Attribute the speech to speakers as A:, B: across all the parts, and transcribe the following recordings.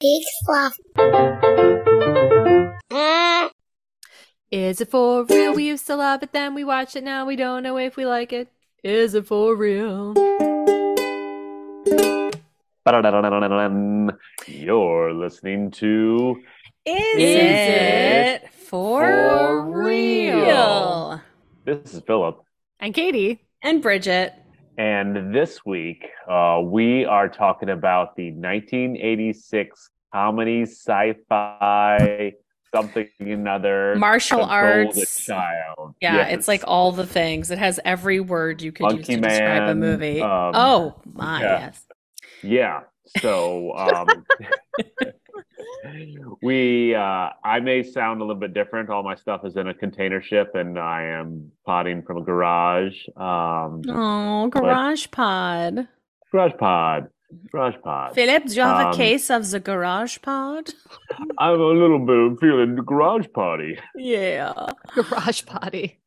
A: Big fluff.
B: Is it for real? We used to love it, then we watched it. Now we don't know if we like it. Is it for real?
C: Ba-da-da-da-da-da-dum. You're listening to
D: Is,
B: it
D: for,
C: for
D: real?
C: real? this is Philip,
B: And Katie.
D: And Bridget.
C: and this week uh, we are talking about the 1986 comedy sci-fi something another
D: Martial
C: Control the
D: arts.
C: child.
D: Yeah,
C: Yes.
D: it's like all the things. It has every word you could use
C: Monkey
D: to describe a
C: Man,
D: movie.
C: um,
D: oh my
C: yeah.
D: yes.
C: Yeah. So um we uh I may sound a little bit different. All my stuff is in a container ship and I am potting from a garage. Um
D: Oh, Garage Pod.
C: garage pod. Garage pod.
D: Philip, do you have
C: Um,
D: a case of the Garage Pod?
C: I'm a little bit feeling garage potty.
D: Yeah.
B: Garage Potty.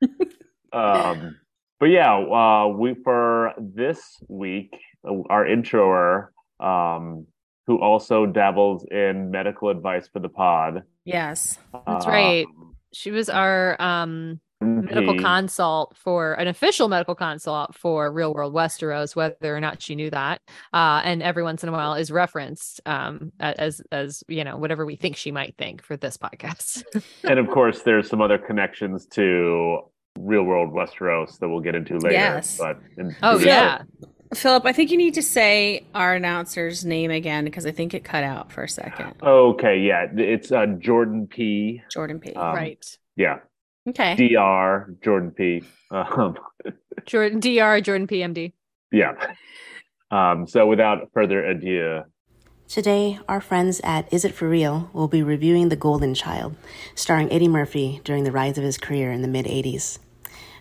C: Um but yeah, uh we for this week uh, our introer um who also dabbles in medical advice for the pod.
D: Yes.
B: That's right.
C: um,
B: She was our um, medical
C: MP.
B: consult for an official medical consult for Real World Westeros, whether or not she knew that. Uh, and every once in a while is referenced um, a- as as you know whatever we think she might think for this podcast.
C: and of course, there's some other connections to real world Westeros that we'll get into later.
D: Yes.
C: But in-
B: oh
C: so-
B: yeah,
D: Philip, I think you need to say our announcer's name again because I think it cut out for a second.
C: Okay. Yeah. It's uh, Jordan P.
D: Jordan P.
C: um,
B: right.
C: Yeah.
D: okay.
C: Dr. Jordan P. Um,
B: Jordan Dr. Jordan PMD.
C: yeah. Um, so without further ado,
E: Today, our friends at Is It For Real will be reviewing The Golden Child, starring Eddie Murphy during the rise of his career in the mid 80s.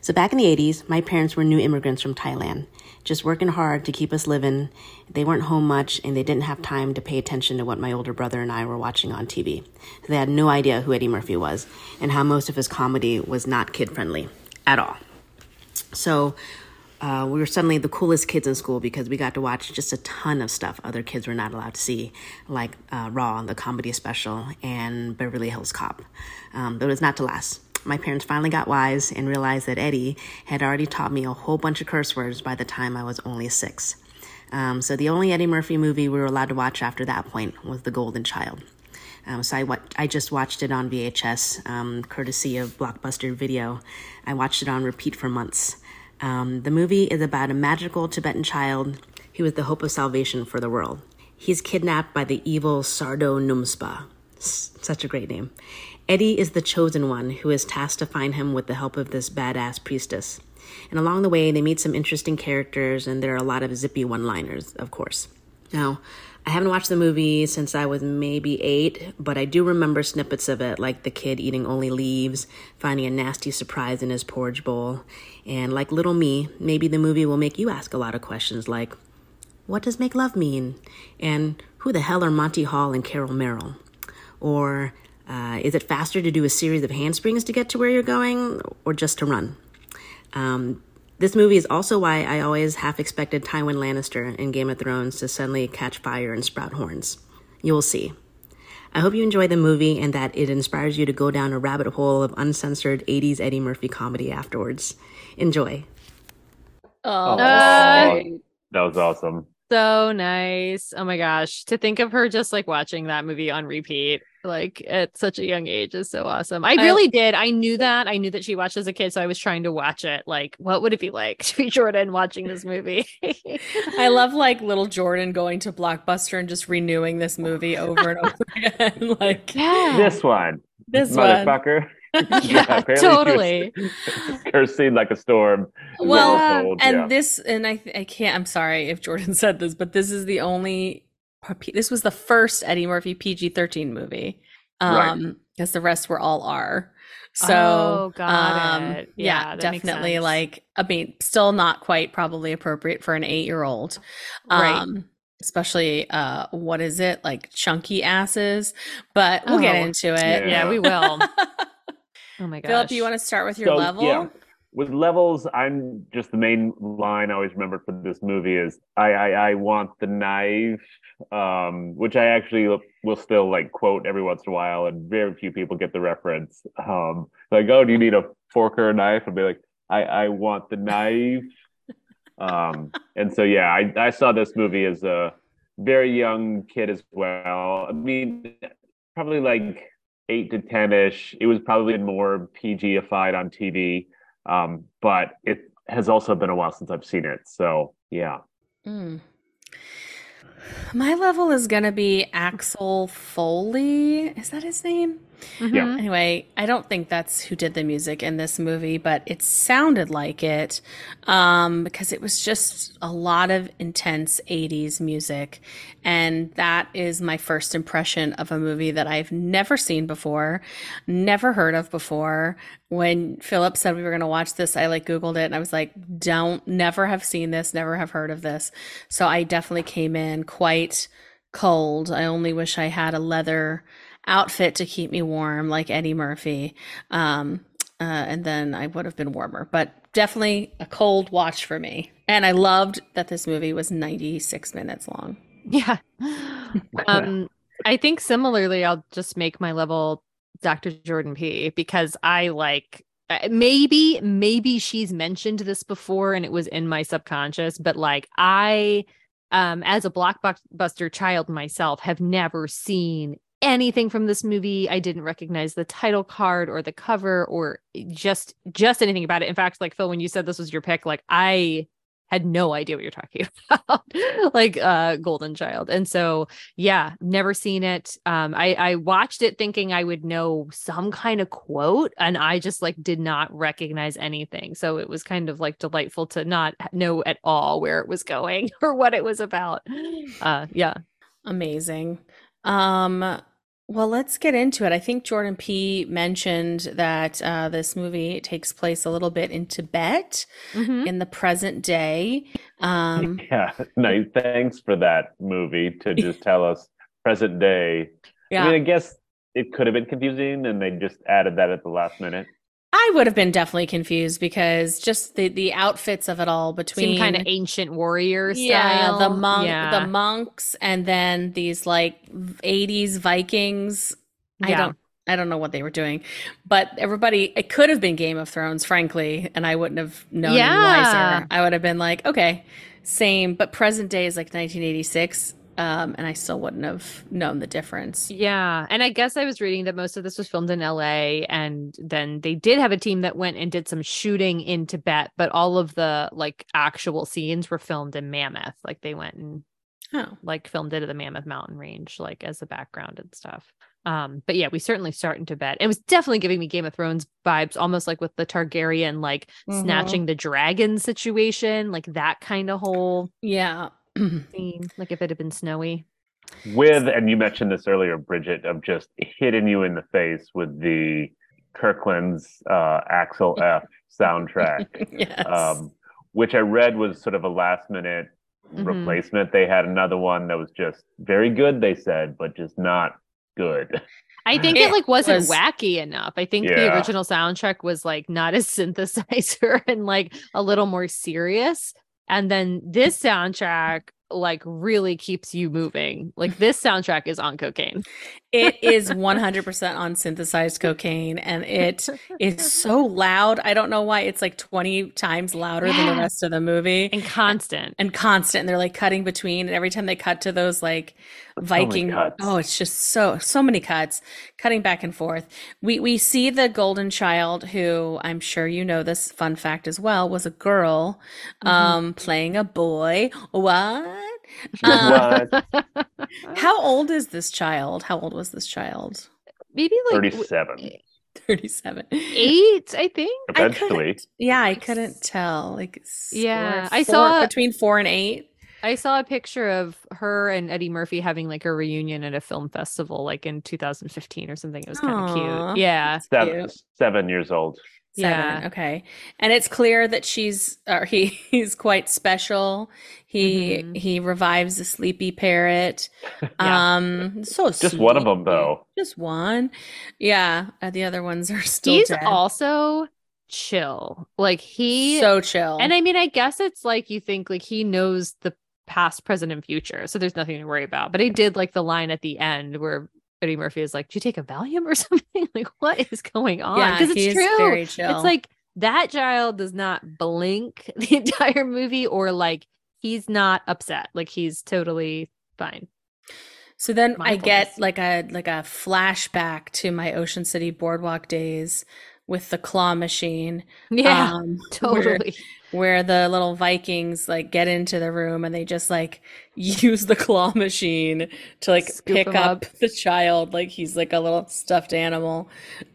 E: So, back in the 80s, my parents were new immigrants from Thailand, just working hard to keep us living. They weren't home much and they didn't have time to pay attention to what my older brother and I were watching on TV. So they had no idea who Eddie Murphy was and how most of his comedy was not kid friendly at all. So uh, we were suddenly the coolest kids in school because we got to watch just a ton of stuff other kids were not allowed to see, like uh, Raw, the comedy special, and Beverly Hills Cop. Um, but it was not to last. My parents finally got wise and realized that Eddie had already taught me a whole bunch of curse words by the time I was only six. Um, so the only Eddie Murphy movie we were allowed to watch after that point was The Golden Child. Um, so I, wa- I just watched it on VHS, um, courtesy of Blockbuster Video. I watched it on repeat for months. Um, the movie is about a magical Tibetan child who is the hope of salvation for the world. He's kidnapped by the evil Sardo Numspa. S- Such a great name. Eddie is the chosen one who is tasked to find him with the help of this badass priestess. And along the way, they meet some interesting characters, and there are a lot of zippy one liners, of course. Now, I haven't watched the movie since I was maybe eight, but I do remember snippets of it, like the kid eating only leaves, finding a nasty surprise in his porridge bowl. And like little me, maybe the movie will make you ask a lot of questions like, what does make love mean? And who the hell are Monty Hall and Carol Merrill? Or uh, is it faster to do a series of handsprings to get to where you're going or just to run? Um, this movie is also why I always half expected Tywin Lannister in Game of Thrones to suddenly catch fire and sprout horns. You'll see. I hope you enjoy the movie and that it inspires you to go down a rabbit hole of uncensored 80s Eddie Murphy comedy afterwards. Enjoy.
D: Oh,
B: Uh,
D: sorry.
C: that was awesome.
B: So nice. Oh my gosh. To think of her just like watching that movie on repeat, like at such a young age is so awesome. I
D: I-
B: really did. I knew that. I knew that she watched as a kid. So I was trying to watch it. Like, what would it be like to be Jordan watching this movie?
D: I love like little Jordan going to Blockbuster and just renewing this movie over and over again. Like
B: yeah.
C: This one,
D: this one.
C: motherfucker.
B: yeah,
C: apparently she was
B: totally.
C: Cursing like a storm. is what
D: Well,
C: we're told,
D: and
C: yeah.
D: this, and I, I can't. I'm sorry if Jordan said this, but this is the only. This was the first Eddie Murphy PG-13 movie.
C: Right.
D: Um, because the rest were all R.
B: Oh,
D: So,
B: got
D: um,
B: it. Yeah,
D: yeah,
B: that makes
D: definitely.
B: sense.
D: Like, I mean, still not quite probably appropriate for an eight-year-old.
B: Right.
D: Um, especially uh, what is it like chunky asses? But we'll get
B: Oh.
D: into it.
C: Yeah.
B: Yeah, we will. Oh my gosh.
D: Philip, do you want to start with your
C: So,
D: level?
C: yeah. with levels, I'm just the main line I always remember for this movie is I I, I want the knife, um, which I actually will still like quote every once in a while, and very few people get the reference. Um, like, oh, do you need a fork or a knife? I'll be like, I I want the knife. um, and so yeah, I I saw this movie as a very young kid as well. I mean, probably like eight to ten ish. It was probably more PGified on TV, um, but it has also been a while since I've seen it. So yeah.
D: Mm. My level is gonna be Axel Foley. Is that his name?
B: Mhm.
C: Yeah.
D: Anyway, I don't think that's who did the music in this movie, but it sounded like it um, because it was just a lot of intense 80s music. And that is my first impression of a movie that I've never seen before, never heard of before. When Philip said we were going to watch this, I like Googled it and I was like, don't, never have seen this, never have heard of this. So I definitely came in quite cold. I only wish I had a leather outfit to keep me warm, like Eddie Murphy. Um, uh, and then I would have been warmer, but definitely a cold watch for me. And I loved that this movie was 96 minutes long.
B: Yeah. Um, I think similarly, I'll just make my level Dr. Jordan P because I like uh, maybe maybe she's mentioned this before and it was in my subconscious, but like I um as a blockbuster child myself have never seen anything from this movie. I didn't recognize the title card or the cover or just just anything about it. In fact, like Phil, when you said this was your pick, like I had no idea what you're talking about like uh golden child and so yeah never seen it um i i watched it thinking i would know some kind of quote and i just like did not recognize anything so it was kind of like delightful to not know at all where it was going or what it was about uh yeah
D: Amazing. Um, well, let's get into it. I think Jordan P. mentioned that uh, this movie takes place a little bit in Tibet
B: Mhm.
D: in the present day. Um,
C: Yeah. No, thanks for that movie to just tell us present day.
D: yeah.
C: I mean, I guess it could have been confusing and they just added that at the last minute.
D: I would have been definitely confused because just the the outfits of it all between
B: seemed kind of ancient warrior style
D: yeah the monk
B: Yeah.
D: the monks and then these like 80s Vikings. I
B: Yeah.
D: don't I don't know what they were doing, but everybody it could have been Game of Thrones, frankly, and I wouldn't have known any
B: Yeah.
D: wiser. I would have been like, okay, same, but present day is like 1986, um, and I still wouldn't have known the difference.
B: Yeah. And I guess I was reading that most of this was filmed in LA. And then they did have a team that went and did some shooting in Tibet, but all of the like actual scenes were filmed in Mammoth. Like they went and
D: Oh,
B: like filmed it at the Mammoth Mountain Range, like as a background and stuff. Um, but yeah, we certainly start in Tibet. It was definitely giving me Game of Thrones vibes, almost like with the Targaryen, like
D: Mhm.
B: snatching the dragon situation, like that kind of whole
D: yeah.
B: scene, like if it had been snowy.
C: With, and you mentioned this earlier, Bridget, of just hitting you in the face with the Kirkland's uh, Axel F soundtrack.
D: yes.
C: um, which I read was sort of a last minute
B: Mhm.
C: replacement. They had another one that was just very good, they said, but just not good.
B: I think
D: It
B: it like wasn't
D: was-
B: wacky enough. I think the
C: Yeah.
B: original soundtrack was like not a synthesizer and like a little more serious. And then this soundtrack like really keeps you moving. Like this soundtrack is on cocaine.
D: It is 100% on synthesized cocaine and it is so loud. I don't know why it's like 20 times louder than the
B: Yeah.
D: rest of the movie
B: and constant.
D: and constant. And they're like cutting between. And every time they cut to those like
C: many
D: Viking,
C: cuts.
D: oh, it's just so, so many cuts, cutting back and forth. We, we see the golden child who I'm sure you know this fun fact as well was a girl um, playing a boy. What? Um,
B: Uh,
C: What?
D: how old is this child? How old was this child?
B: Maybe like w-
C: 37.
D: 37
B: eight, I think.
D: I
C: Eventually.
D: couldn't- yeah i couldn't tell like s-
B: Yeah,
D: or
B: I
D: four-
B: saw-
D: between four and eight
B: I saw a picture of her and Eddie Murphy having like a reunion at a film festival like in 2015 or something. It was kind of
D: Aw.
B: cute. Yeah.
C: Seven,
D: Cute.
C: seven years old.
D: seven
B: Yeah.
D: okay and it's clear that she's or he he's quite special he
B: Mhm.
D: he revives a sleepy parrot
B: Yeah.
D: um so
C: Just one of them,
D: sweet.
C: though.
D: just one yeah uh, the other ones are still
B: He's
D: dead.
B: also chill. Like he
D: so chill.
B: and I mean, I guess it's like you think like he knows the past, present, and future, so there's nothing to worry about. But I did like the line at the end where Eddie Murphy is like, "Do you take a Valium or something? like, what is going on?"
D: yeah,
B: Because
D: he's
B: it's true.
D: very chill.
B: It's like that child does not blink the entire movie, or like he's not upset. Like he's totally fine.
D: So then I
B: mindfulness.
D: get like a like a flashback to my Ocean City boardwalk days with the claw machine.
B: Yeah,
D: um, where,
B: totally.
D: where the little Vikings like get into the room and they just like use the claw machine to like
B: Scoop
D: pick
B: him
D: up
B: up.
D: the child like he's like a little stuffed animal.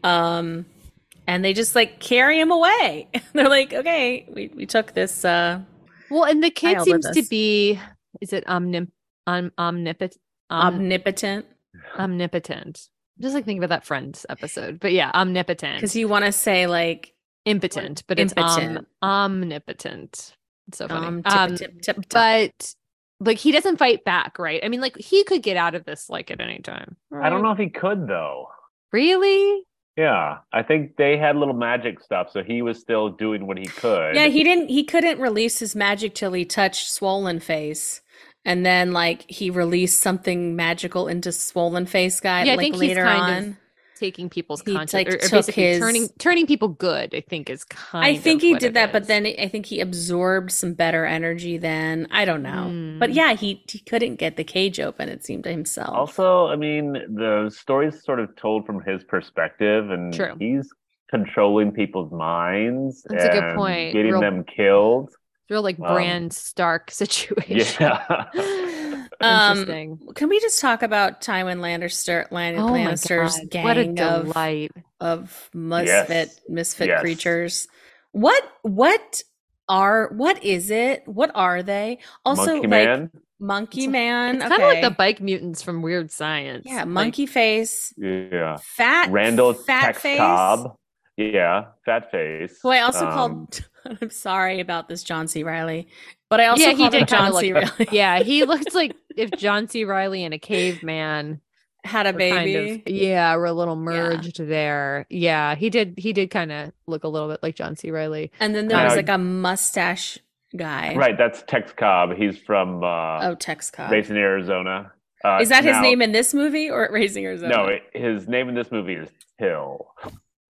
D: Um and they just like carry him away. They're like, okay, we, we took this uh
B: Well, and the kid
D: child with
B: seems to
D: us.
B: be is it omnim om, omnipot om,
D: omnipotent
B: omnipotent. Just like think about that Friends episode, but yeah, omnipotent.
D: because you want to say like
B: impotent, but it's
D: Impotent.
B: om, omnipotent. It's so funny.
D: um,
B: Um,
D: tip, tip, tip, tip.
B: but like he doesn't fight back, right? I mean, like he could get out of this like at any time.
C: I
B: right?
C: don't know if he could though.
B: Really?
C: Yeah, I think they had little magic stuff, so he was still doing what he could.
D: Yeah, he didn't. He couldn't release his magic till he touched Swollen Face, and then like he released something magical into Swollen Face guy.
B: Yeah, I
D: like
B: think he's
D: later
B: kind of
D: on,
B: Taking people's
D: He,
B: conscience
D: like,
B: or, or
D: took
B: basically
D: his-
B: turning turning people good, I think is kind
D: I think
B: of
D: he
B: what
D: did
B: it
D: that, but
B: is.
D: then I think he absorbed some better energy. Then I don't know, but
B: Hmm.
D: yeah, he he couldn't get the cage open. It seemed to himself.
C: Also, I mean, the story's sort of told from his perspective, and
B: True.
C: he's controlling people's minds.
B: That's a good
C: and
B: point.
C: Getting
B: Real-
C: them killed.
B: It's real like
C: Um,
B: Brand Stark situation.
C: Yeah.
D: Um,
B: Interesting.
D: Can we just talk about Tywin Lannister, Lan-
B: oh my
D: Lannister's
B: God,
D: gang
B: what a
D: of
B: delight.
D: of misfit
C: Yes.
D: misfit
C: Yes.
D: creatures. What what are what is it? What are they? Also
C: Monkey
D: like
C: Man.
D: Monkey
B: It's a-
D: Man.
B: It's
D: okay.
B: kind of like the bike mutants from Weird Science.
D: yeah,
B: Like,
D: monkey face,
C: Yeah.
D: fat
C: Uh, Randall
D: fat
C: Tex
D: face,
C: Cobb. Yeah. Fat face.
D: who I also
C: Um,
D: called I'm sorry about this John C. Riley, but I also
B: yeah, he
D: called him
B: did kind
D: John
B: of look.
D: C. Riley
B: yeah, he looked like if John C. Riley and a caveman
D: had a
B: were kind of-
D: baby.
B: yeah, were a little merged there. Yeah, he did. He did kind of look a little bit like John C. Riley.
D: And then there
C: Now-
D: was like a mustache guy.
C: Right. That's Tex Cobb. He's from
D: Oh,
C: uh,
D: Tex Cobb.
C: based in Arizona. Uh,
D: Is that his
C: now-
D: name in this movie or at Raising Arizona?
C: no, it, his name in this movie is Hill.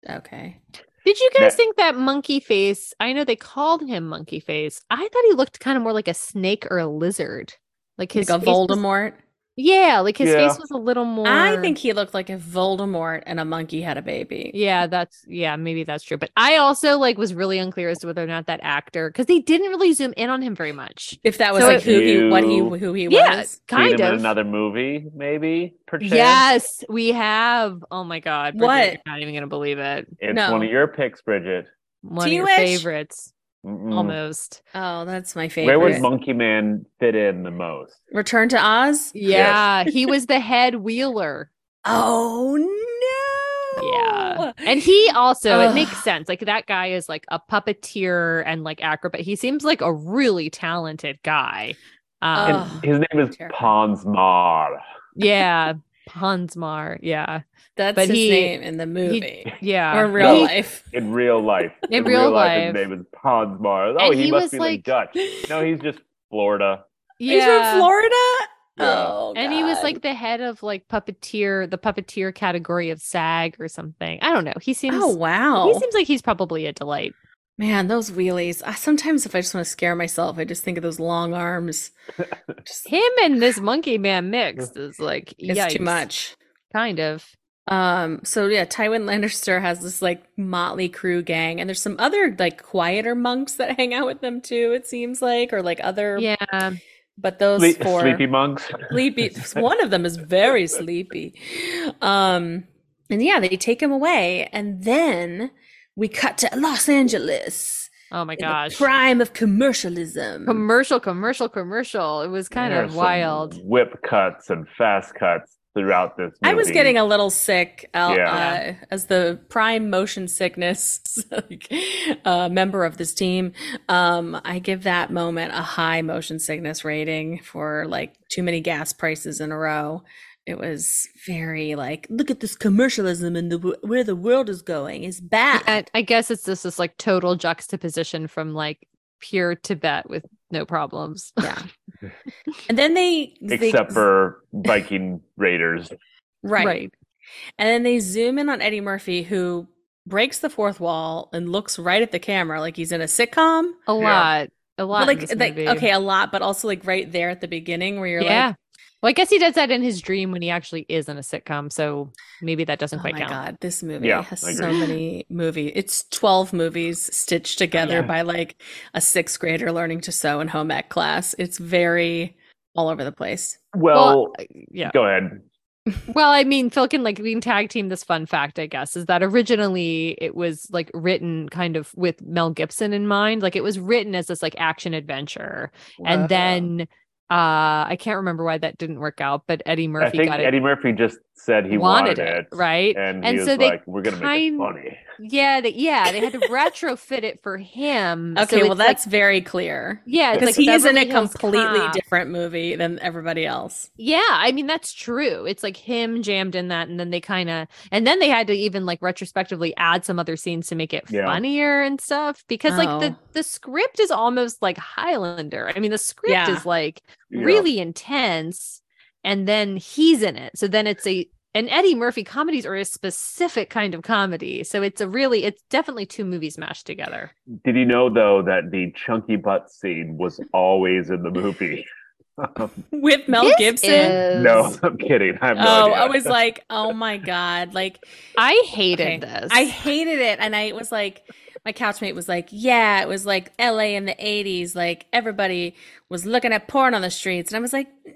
D: okay.
B: Did you guys
C: That-
B: think that monkey face? I know they called him monkey face. I thought he looked kind of more like a snake or a lizard, like his
D: like a
B: face was-
D: Voldemort.
B: yeah, like his
C: Yeah.
B: face was a little more.
D: I think he looked like if Voldemort and a monkey had a baby.
B: Yeah, that's yeah, maybe that's true. But I also like was really unclear as to whether or not that actor because they didn't really zoom in on him very much.
D: If that was
B: So
D: like who he, what he,
C: You-
D: who he
B: Yeah,
D: was.
C: Seen
B: kind
C: him in
B: of.
C: another movie, maybe perchance.
B: Yes, we have. Oh my god, Bridget,
D: What?
B: You're not even gonna believe it.
C: It's
D: No.
C: one of your picks, Bridget.
B: One
D: Do
B: of your
D: you wish?
B: favorites,
C: Mm-mm.
B: almost.
D: Oh, that's my
C: Where
D: favorite.
C: would Monkey Man fit in the most?
D: Return to Oz?
B: Yeah, he was the head wheeler.
D: Oh no!
B: Yeah, and he also
D: Ugh.
B: it makes sense. Like that guy is like a puppeteer and like acrobat. He seems like a really talented guy.
C: And
B: Um,
D: Ugh.
C: his name is
D: Terrible.
C: Pons Mar.
B: yeah, Hansmar. Yeah.
D: that's
B: but
D: his
B: he-
D: name in the movie
B: Yeah. Oh,
D: or in real
C: No.
D: life.
C: In real life.
B: In real
C: his
B: life.
C: name is Pons Mar. Oh,
B: And
C: he,
B: he
C: must
B: was
C: be
B: like-
C: like Dutch. No, he's just Florida.
D: He's from Florida.
C: Yeah.
D: Oh,
B: and he was
D: God.
B: like the head of like puppeteer, the puppeteer category of SAG or something. I don't know. He seems
D: oh wow,
B: he seems like he's probably a delight.
D: man, those wheelies. I, sometimes if I just want to scare myself, I just think of those long arms. Just,
B: Him and this monkey man mixed is like
D: it's
B: yikes,
D: too much.
B: Kind of.
D: Um, so yeah, Tywin Lannister has this like motley crew gang, and there's some other like quieter monks that hang out with them too, it seems like, or like other,
B: Yeah.
D: but those
C: Sleep-
D: four
C: Sleepy monks.
D: sleepy, one of them is very sleepy. Um, and yeah, they take him away, and then we cut to Los Angeles,
B: Oh my
D: in the
B: gosh.
D: prime of commercialism.
B: commercial, commercial, commercial. It was kind
C: There are
B: of
C: some
B: wild.
C: Whip cuts and fast cuts throughout this movie.
D: I was getting a little sick uh,
C: Yeah.
D: uh, as the prime motion sickness uh, member of this team. Um, I give that moment a high motion sickness rating for like too many gas prices in a row it was very like look at this commercialism and the where the world is going is bad
B: And I guess it's just this like total juxtaposition from like pure Tibet with no problems.
D: yeah and then they they-
C: except for Viking raiders.
D: right. and then they zoom in on eddie murphy who breaks the fourth wall and looks right at the camera like he's in a sitcom
B: A
C: Yeah.
B: lot. A lot.
D: But
B: in
D: like,
B: this
D: like
B: movie.
D: okay a lot but also like right there at the beginning where you're
B: yeah.
D: like
B: well, I guess he does that in his dream when he actually is in a sitcom. So maybe that doesn't
D: oh
B: quite
D: my
B: count.
D: god this movie
C: Yeah,
D: has
C: I
D: so
B: agree.
D: many movies it's 12 movies stitched together
C: Yeah.
D: by like a sixth grader learning to sew in home ec class it's very all over the place
C: Well,
B: I- uh, yeah.
C: go ahead.
B: Well, I mean, Phil can like we can tag team this fun fact, I guess, is that originally it was like written kind of with Mel Gibson in mind. Like it was written as this like action adventure.
D: Whoa.
B: And then uh I can't remember why that didn't work out, but Eddie
C: I
B: Murphy
C: think
B: got it.
C: Eddie Murphy just said he wanted, it,
B: right?
C: And,
B: And
C: he was
B: so they
C: like, "We're gonna make it
B: kind-
C: funny."
B: Yeah, they, yeah, they had to retrofit it for him. So
D: okay well
B: it's, like-
D: that's very clear
B: yeah, it's
D: because
B: like
D: he is in a
B: Beverly Hills
D: completely
B: Cop.
D: different movie than everybody else
B: Yeah, I mean that's true. It's like him jammed in that, and then they kind of, and then they had to even like retrospectively add some other scenes to make it
C: Yeah.
B: funnier and stuff because like the
D: Oh.
B: the script is almost like Highlander. I mean the script
D: Yeah.
B: is like
C: Yeah.
B: really intense, and then he's in it. So then it's a and Eddie Murphy comedies are a specific kind of comedy. So it's a really it's definitely two movies mashed together.
C: Did you know though that the chunky butt scene was always in the movie?
D: with mel
B: This
D: gibson
B: is-
C: no, I'm kidding. I have no
D: oh
C: idea.
D: i was like oh my god like
B: I hated
D: Okay.
B: this.
D: I hated it. And I was like, my couchmate was like, yeah, it was like LA in the 80s. Like everybody was looking at porn on the streets. And I was like, "Mm,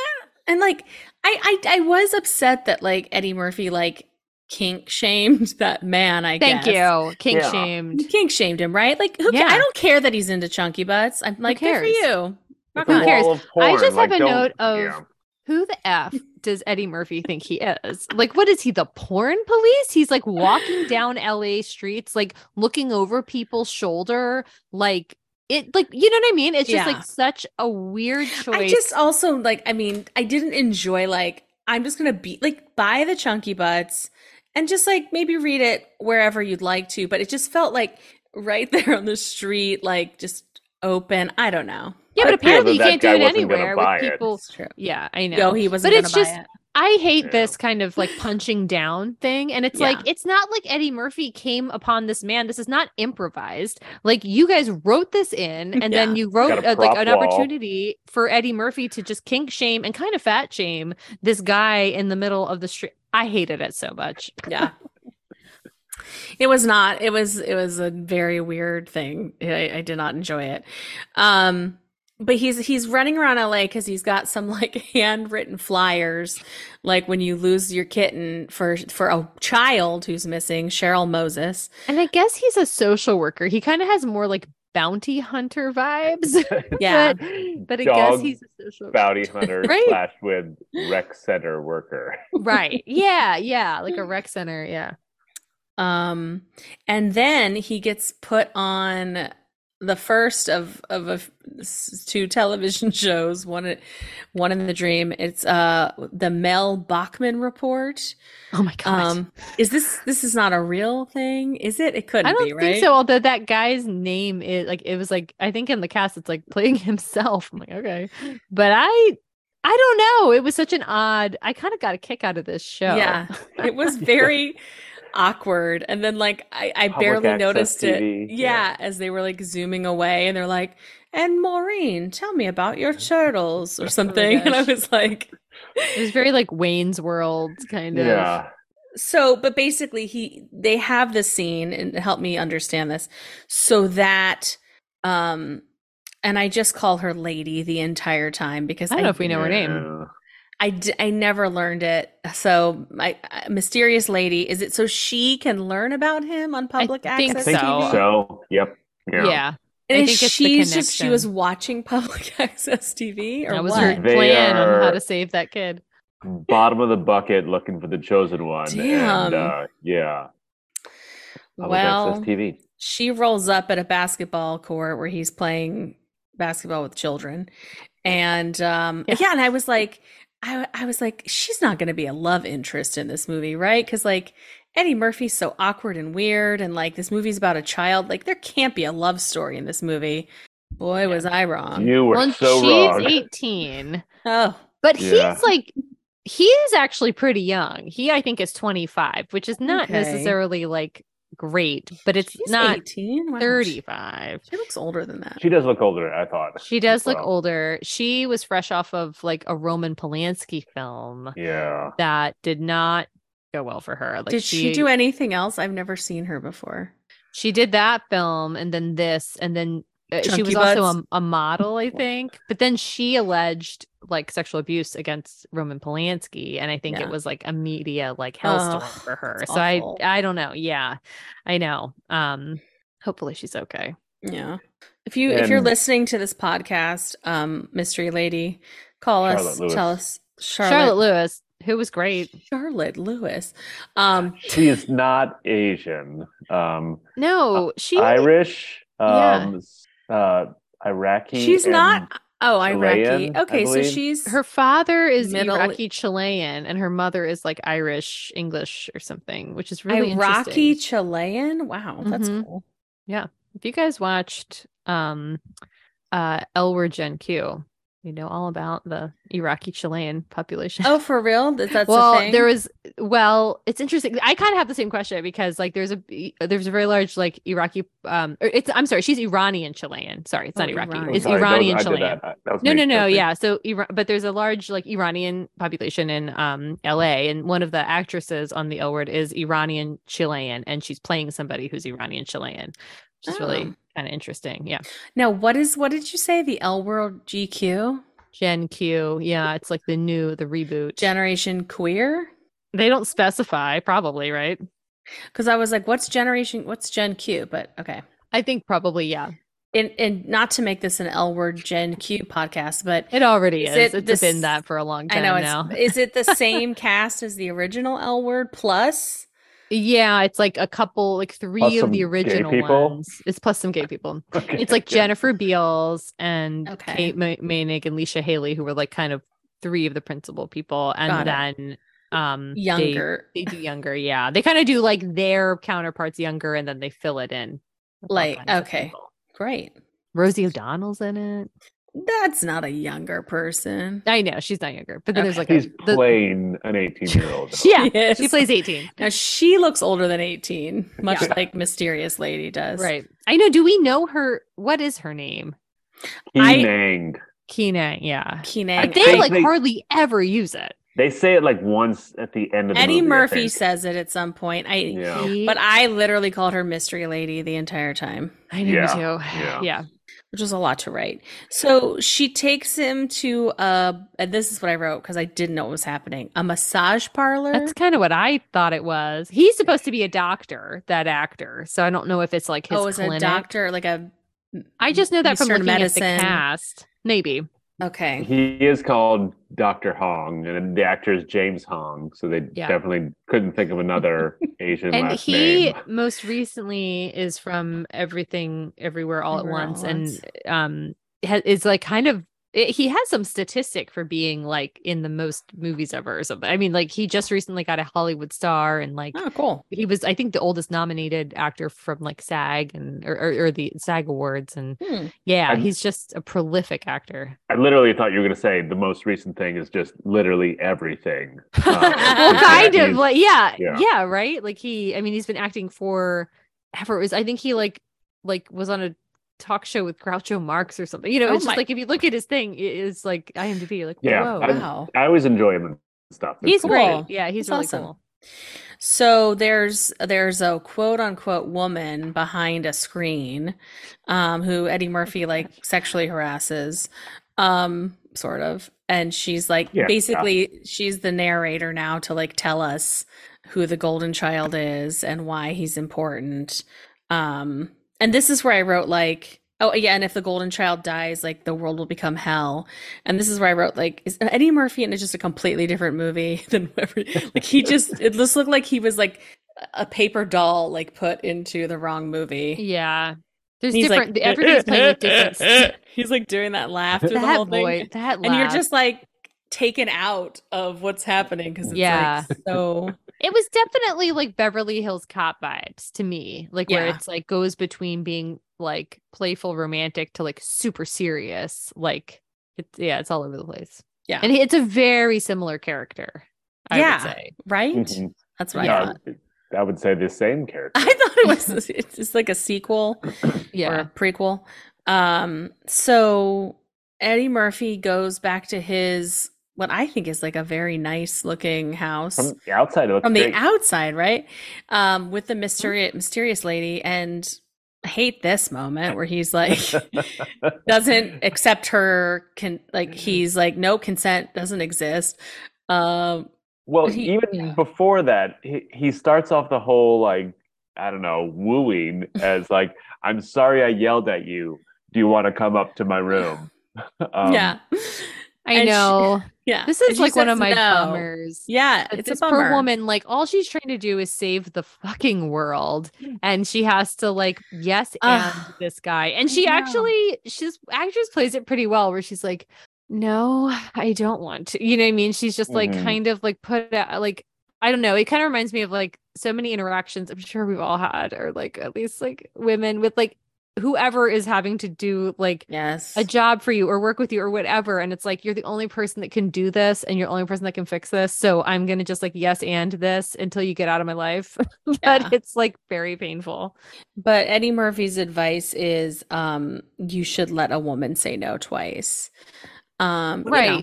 D: ah." and like, I, I, I was upset that like Eddie Murphy, like kink shamed that man. I
B: Thank
D: guess.
B: you, King
C: Yeah.
B: shamed.
D: He Kink shamed him, right? Like, who ca-
B: Yeah.
D: I don't care that he's into chunky butts. I'm like, good for
B: cares?
D: you.
C: It's
D: Rock
C: a
B: Who
D: on.
B: cares?
C: wall of
B: I
C: porn.
B: just
C: Like,
B: have a
C: don't-
B: note of-
C: Yeah.
B: who the f does Eddie Murphy think he is? Like, what is he, the porn police? He's like walking down LA streets, like looking over people's shoulder, like it, like you know what I mean? It's just
D: Yeah.
B: like such a weird choice.
D: I just also like, I mean, I didn't enjoy like I'm just gonna be like buy the chunky butts and just like maybe read it wherever you'd like to, but it just felt like right there on the street, like just open. I don't know.
B: yeah,
C: I
B: but
C: feel
B: apparently
C: that
B: you
C: that
B: can't do
C: guy
B: it
C: wasn't gonna
B: anywhere
C: buy
B: with
C: it.
B: people.
D: It's true.
B: Yeah, I know.
D: No, he wasn't.
B: But
D: gonna
B: it's
D: buy
B: just-
D: it.
B: I hate
C: Yeah.
B: this kind of like punching down thing. And it's like,
D: Yeah.
B: it's not like Eddie Murphy came upon this man. This is not improvised. Like, you guys wrote this in, and then
D: Yeah.
B: you wrote
C: Got a
B: uh, like an
C: prop wall.
B: opportunity for Eddie Murphy to just kink shame and kind of fat shame this guy in the middle of the street. I hated it so much.
D: yeah. It was not. It was. It was a very weird thing. I, I did not enjoy it. Um, but he's he's running around LA because he's got some like handwritten flyers, like when you lose your kitten for for a child who's missing, Cheryl Moses.
B: And I guess he's a social worker. He kind of has more like bounty hunter vibes.
D: Yeah,
B: but, but I
C: Dog
B: guess he's a social
C: Bounty hunter
B: Right?
C: clashed with rec center worker.
B: Right. Yeah. Yeah. Like a rec center. Yeah.
D: Um, and then he gets put on the first of of a f- s- two television shows. One, i- one in the dream. It's uh the Mel Bachman Report.
B: Oh my God.
D: Um, is this this is not a real thing? Is it? It couldn't
B: I don't
D: be,
B: think
D: right?
B: so. Although that guy's name is like it was like I think in the cast it's like playing himself. I'm like okay, but I I don't know. It was such an odd. I kind of got a kick out of this show.
D: Yeah, it was very awkward. And then like I, I
C: Public
D: barely
C: access
D: noticed it.
C: TV,
D: Yeah, as they were like zooming away, and they're like, "And Maureen, tell me about your turtles or something." and I
B: gosh.
D: was like,
B: it was very like Wayne's World kind of.
C: Yeah.
D: So, but basically, he they have this scene and help me understand this so that, um, and I just call her lady the entire time because
B: I don't know if we know her name.
C: Yeah.
D: I, d- I never learned it. So, my uh, mysterious lady is it so she can learn about him on public
B: think
C: I
D: access?
C: think
B: So-
D: TV?
C: so. Yep.
B: Yeah, I
D: And is
B: think it's the
D: she's just she
B: connection.
D: was watching public access TV or
B: that was
D: what?
B: her
C: They
B: plan on how
C: are-
B: to save that kid.
C: Bottom of the bucket, looking for the chosen one.
D: Damn.
C: And, uh, yeah. Public
D: well,
C: access TV.
D: she rolls up at a basketball court where he's playing basketball with children and um yeah,
B: Yeah.
D: and i was like I, I was like, she's not going to be a love interest in this movie, right? Because like Eddie Murphy's so awkward and weird, and like this movie's about a child. Like there can't be a love story in this movie. Boy, was I wrong.
C: You were
B: um, well,
C: so
B: she's
C: wrong.
B: 18,
D: Oh,
B: but
C: Yeah.
B: he's like, he is actually pretty young. He, I think, is 25, which is not
D: Okay.
B: necessarily like great, but it's
D: she's
B: not
D: 18? Wow,
B: 35.
D: She, she looks older than that.
C: She does look older, I thought.
B: She does look
C: Well,
B: older. She was fresh off of like a Roman Polanski film
C: Yeah.
B: that did not go well for her. Like
D: Did she do anything else? I've never seen her before.
B: She did that film and then this and then uh, she
D: Chunky
B: was also
D: Butts.
B: a, a model, I think. But then she alleged like sexual abuse against Roman Polanski, and I think
D: Yeah.
B: it was like a media like hellstorm
D: Ugh,
B: for her.
D: that's
B: So I
D: awful.
B: I don't know. Yeah, I know. Um, hopefully she's okay.
D: Yeah. If you if you're
C: And-
D: listening to this podcast, um, Mystery Lady, call us,
C: Charlotte Lewis.
D: tell us
B: Charlotte
D: Charlotte
B: Lewis, who was great.
D: Charlotte Lewis. Um
C: She is not Asian. Um,
B: No, she
C: Irish,
B: Yeah.
C: um, s- uh, Iraqi.
D: she's
C: and-
D: not oh Iraqi.
C: Chilean, I
D: okay, so
C: believe.
D: she's
B: her father is
D: Middle- E
B: Iraqi Chilean and her mother is like Irish English or something, which is really
D: Iraqi
B: interesting.
D: Chilean. Wow, that's
B: Mhm.
D: cool.
B: If you guys watched um uh Elwer Gen Q, you know all about the Iraqi Chilean population.
D: Oh, for real? Is that
B: well,
D: a thing?
B: there was well, it's interesting. I kind of have the same question because like there's a there's a very large like Iraqi um or it's I'm sorry, she's Iranian Chilean. Sorry, it's
D: Oh,
B: not Iraqi.
D: Iran.
C: I'm
B: It's
C: sorry, that was-
B: Iranian
C: I did
B: Chilean.
C: that. I- that was
B: No,
C: me.
B: no, no.
C: That's me.
B: Yeah. So, Iran- but there's a large like Iranian population in um LA, and one of the actresses on The L Word is Iranian Chilean, and she's playing somebody who's Iranian Chilean, which is really
D: Oh.
B: kind of interesting. Yeah.
D: now what is what did you say? The L World GQ?
B: Gen Q. Yeah. It's like the new, the reboot.
D: Generation Queer?
B: they don't specify, probably, right?
D: Because I was like, what's generation what's Gen Q? But okay.
B: I think probably, yeah.
D: And and not to make this an L word Gen Q podcast, but
B: It already
D: Is
B: is.
D: it
B: It's
D: this-
B: been that for a long
D: I
B: time
D: know it's
B: now.
D: is it the same cast as the original L word plus?
B: yeah. It's like a couple, like three of
C: some
B: the
C: gay
B: original
C: people?
B: ones. It's plus some gay people.
C: Okay,
B: It's like
C: good.
B: Jennifer Beals and
D: Okay.
B: Kate Ma- Manig and Leisha Haley, who were like kind of three of the principal people, and
D: Got
B: then um they-
D: Younger.
B: They, do younger, yeah. They kind of do like their counterparts younger, and then they fill it in. with all
D: Like,
B: kinds of
D: okay.
B: people.
D: Great.
B: Rosie O'Donnell's in it.
D: That's not a younger person.
B: I know she's not younger, but then there's like
C: He's
B: a, the-
C: playing an 18 year old.
B: yeah,
D: Yes.
B: she plays eighteen.
D: Now she looks older than 18, much
C: Yeah.
D: like Mysterious Lady does.
B: Right. I know. Do we know her? What is her name?
D: I-
C: Keenang.
B: Keena. Yeah.
D: Keenan.
B: They
C: think
B: like
C: they-
B: hardly ever use it.
C: They say it like once at the end of the
D: Eddie
C: movie, I
D: Murphy
C: think.
D: says it at some point. I
C: Yeah.
B: She-
D: but I literally called her Mystery Lady the entire time.
B: I know
C: Yeah,
B: too.
C: yeah.
B: yeah.
D: which was a lot to write. So she takes him to a, and this is what I wrote because I didn't know what was happening, a massage parlor.
B: That's kind of what I thought it was. He's supposed to be a doctor, that actor. So I don't know if it's like his
D: oh, is it
B: clinic.
D: a doctor, like a.
B: I just know that from
D: Eastern
B: looking at the cast. Maybe.
D: Okay.
C: He is called Dr. Hong, and the actor is James Hong. So they
B: Yeah.
C: definitely couldn't think of another Asian
B: And
C: last
B: he
C: name.
B: most recently is from Everything Everywhere All
D: Everywhere All
B: at Once
D: at
B: and
D: Once.
B: um ha- is like kind of it, he has some statistic for being like in the most movies ever or something. I mean, like he just recently got a Hollywood star and like
D: Oh, cool.
B: he was I think the oldest nominated actor from like SAG and or, or, or the SAG awards and
D: Hmm.
B: Yeah,
C: I'm-
B: he's just a prolific actor.
C: I literally thought you were going to say the most recent thing is just literally everything. Uh,
B: well,
C: yeah,
B: kind of
C: he's-
B: like yeah,
C: yeah.
B: yeah, right. Like he, I mean, he's been acting for ever. It was I think he like like was on a talk show with Groucho Marx or something. You know,
D: Oh
B: it's
D: my-
B: just like if you look at his thing, it is like IMDb. You're like
C: Yeah,
B: whoa,
C: I'm-
D: Wow.
C: I always enjoy him and stuff. It's
B: he's
C: cool.
B: great. Yeah, he's
D: That's
B: really
D: awesome.
B: cool.
D: So there's there's a quote unquote woman behind a screen, um, who
B: Oh,
D: Eddie Murphy like sexually harasses, um, sort of, and she's like
C: Yeah.
D: basically she's the narrator now to like tell us who the golden child is and why he's important. Um, and this is where I wrote like, oh yeah, and if the golden child dies, like the world will become hell. And this is where I wrote like, is uh, Eddie Murphy in just a completely different movie than whatever? Like he just it just looked like he was like a paper doll like put into the wrong movie.
B: Yeah, there's
D: He's like,
B: different. the- everybody's playing with different.
D: He's like doing that laugh through the whole
B: that
D: thing,
B: boy, that
D: and you're
B: laugh.
D: just like, taken out of what's happening because it's
B: Yeah.
D: like so
B: It was definitely like Beverly Hills Cop vibes to me, like where
D: Yeah.
B: it's like goes between being like playful romantic to like super serious. Like it's yeah, it's all over the place.
D: Yeah.
B: and he- it's a very similar character. I
D: Yeah.
B: would say.
D: right.
C: Mhm.
D: That's what
C: Yeah,
D: I thought.
C: I would say the same character.
D: I thought it was it's just like a sequel or
B: Yeah,
D: a prequel. Um, so Eddie Murphy goes back to his what I think is like a very nice looking house.
C: From the outside, it looks
D: from
C: great. Mm-hmm.
D: the outside, right? Um, with the mysterious mysterious lady, and I hate this moment where he's like doesn't accept her can like
C: Mm-hmm.
D: he's like no consent doesn't exist. Um,
C: Well,
D: But he-
C: even
D: yeah.
C: before that, he, he starts off the whole like I don't know wooing as like I'm sorry I yelled at you. Do you want to come up to my room? um,
D: yeah,
B: I
D: and she-
B: know.
D: yeah.
B: this is
D: And she
B: like one of
D: says
B: my
D: no.
B: bummers.
D: Yeah,
B: But
D: it's
B: this
D: a bummer.
B: poor woman, like all she's trying to do is save the fucking world, and she has to like yes and
D: Mm. Ugh.
B: this guy. And
D: I
B: she
D: know.
B: actually, she's actress plays it pretty well, where she's like, no, I don't want to. You know what I mean? She's just like
D: Mm-hmm.
C: Mhm.
B: kind of like put out like I don't know. It kind of reminds me of like so many interactions I'm sure we've all had, or like at least like women with like whoever is having to do like
D: Yes,
B: a job for you or work with you or whatever and it's like you're the only person that can do this and you're the only person that can fix this so i'm going to just like yes and this until you get out of my life but
D: Yeah.
B: it's like very painful
D: but Eddie Murphy's advice is um, you should let a woman say no twice, um, you know,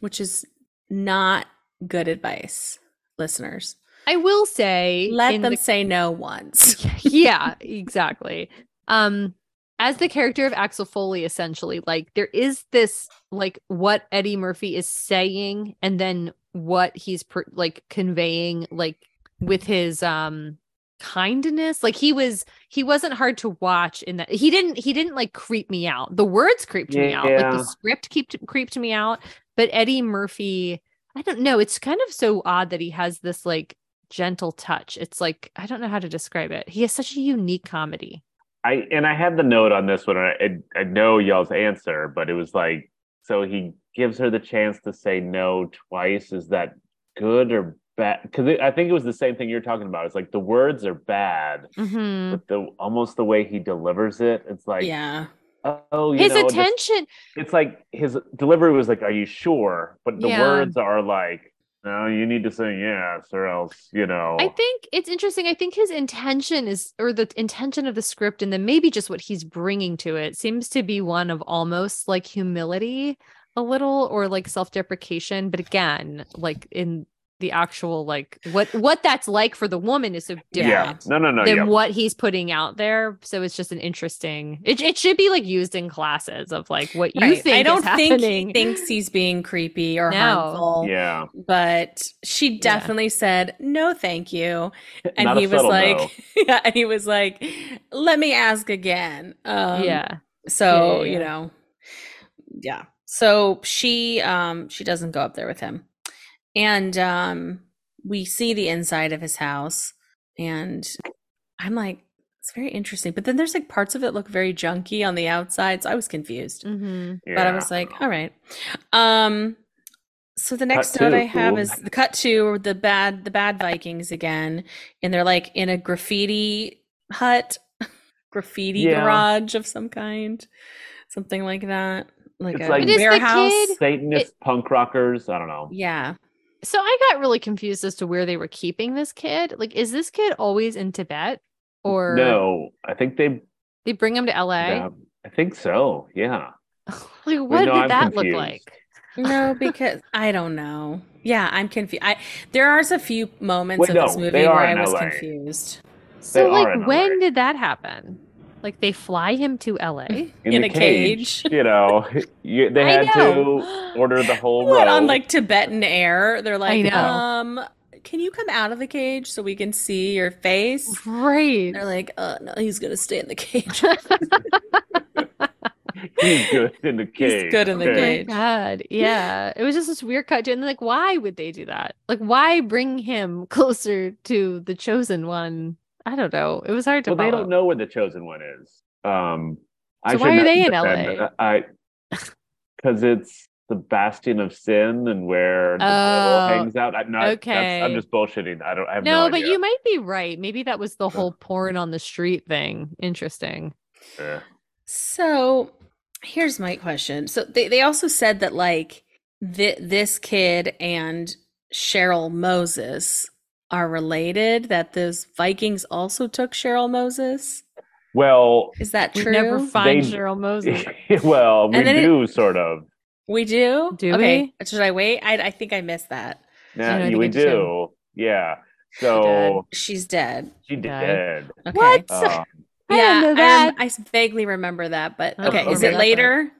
D: which is not good advice, listeners.
B: i will say
D: Let
B: in
D: them
B: the-
D: say no once.
B: yeah, exactly. Um, as the character of Axel Foley, essentially, like there is this like what Eddie Murphy is saying, and then what he's per- like conveying, like with his um kindness. Like he was, he wasn't hard to watch in that he didn't he didn't like creep me out. The words creeped me out, like
C: Yeah.
B: the script kept creeped me out. But Eddie Murphy, I don't know. It's kind of so odd that he has this like gentle touch. It's like I don't know how to describe it. He has such a unique comedy.
C: I and I had the note on this one. and I, I know y'all's answer, but it was like so he gives her the chance to say no twice. Is that good or bad? Because I think it was the same thing you're talking about. It's like the words are bad,
B: Mm-hmm.
C: but the almost the way he delivers it, it's like
D: Mm-hmm. yeah.
C: oh, you
B: His
C: know, just-
B: attention,
C: it's like his delivery was like, "Are you sure?" But the
B: Yeah.
C: words are like, "No, you need to say yes, or else you know."
B: I think it's interesting. I think his intention is, or the intention of the script, and then maybe just what he's bringing to it seems to be one of almost like humility, a little, or like self deprecation. But again, like in the actual like what what that's like for the woman is so different.
C: yeah. No, no, no.
B: than
C: Yeah.
B: what he's putting out there. So it's just an interesting. It, it should be like used in classes of like what you
D: Right.
B: think.
D: I don't
B: is
D: think he
B: happening.
D: thinks he's being creepy or
B: No.
D: harmful.
C: yeah.
D: But she definitely said, No, thank you. And
C: Not a
D: he was
C: subtle
D: like
C: no.
D: Yeah, and he was like, Let me ask again. Um
B: yeah,
D: so
B: Yeah, yeah,
D: you
B: yeah.
D: know. Yeah. So she um she doesn't go up there with him. And um we see the inside of his house and I'm like, it's very interesting. But then there's like parts of it look very junky on the outside. So I was confused.
B: hmm
D: but I
C: yeah.
D: was like, all right. Um, so the next
C: Cut
D: note
C: two,
D: I have
C: cool.
D: is the cut to or the bad the bad Vikings again, and they're like in a graffiti hut, graffiti
C: Yeah.
D: garage of some kind, something like that, like
C: It's
D: a
C: like- But is
B: the
D: warehouse.
B: kid-
C: Satanist punk rockers. I don't know.
D: Yeah,
B: So I got really confused as to where they were keeping this kid. Like, is this kid always in Tibet, or
C: no, I think they.
B: they bring him to L.A.
C: yeah, I think so. Yeah.
B: like, what
C: no,
B: did
C: I'm
B: that look
C: confused.
B: like?
D: no, because I don't know. Yeah, I'm confused. I there are a few moments
C: Wait,
D: of this
C: no,
D: movie
C: they
D: where
C: are
D: I
C: in
D: was
C: LA.
D: confused.
B: So,
C: are
B: like,
C: in
B: when
C: LA.
B: did that happen? Like, they fly him to L.A.
C: In,
D: In
C: the
D: a
C: cage.
D: cage.
C: You know, you, they
B: I
C: had
B: know.
C: to order the whole
D: What
C: row.
D: on like Tibetan air? They're like,
B: know.
D: um, can you come out of the cage so we can see your face?
B: Right.
D: They're like, uh, no, he's gonna stay in the cage.
C: he's good in the
D: He's
C: cage.
D: good in the
B: Oh
C: okay.
B: my
D: cage.
B: god. Yeah. It was just this weird cut. to- And like, why would they do that? Like, why bring him closer to the chosen one? I don't know. It was hard to
C: Well, they
B: follow.
C: don't know where the chosen one is. Um, I
B: So why
C: should
B: are
C: not
B: they in
C: defend-
B: LA?
C: I because it's the Bastion of Sin and where the
B: Oh,
C: devil hangs out. I'm not. that's-
B: okay.
C: I'm just bullshitting. I don't. I have no,
B: no, but
C: idea.
B: you might be right. Maybe that was the
C: Yeah.
B: whole porn on the street thing. Interesting.
C: Yeah.
D: So here's my question. So they, they also said that like th- this kid and Cheryl Moses are related, that those Vikings also took Cheryl Moses.
C: Well,
D: Is that
B: We
D: true?
B: never find
C: They-
B: Cheryl Moses.
C: well, we
D: And then it-
C: do sort of.
D: we do?
B: Do
D: okay. Should I wait? I, I think I missed that.
B: know,
C: Yeah,
B: I think
C: we
B: I did
C: do. Yeah. So
D: She's dead.
C: she did.
B: Okay.
D: Okay.
B: What?
C: Uh,
B: I didn't know
D: yeah, I rem-
B: that.
D: I, s- vaguely remember that, but
B: I
C: don't
D: okay. Is
C: remember
D: it
B: that part.
D: later?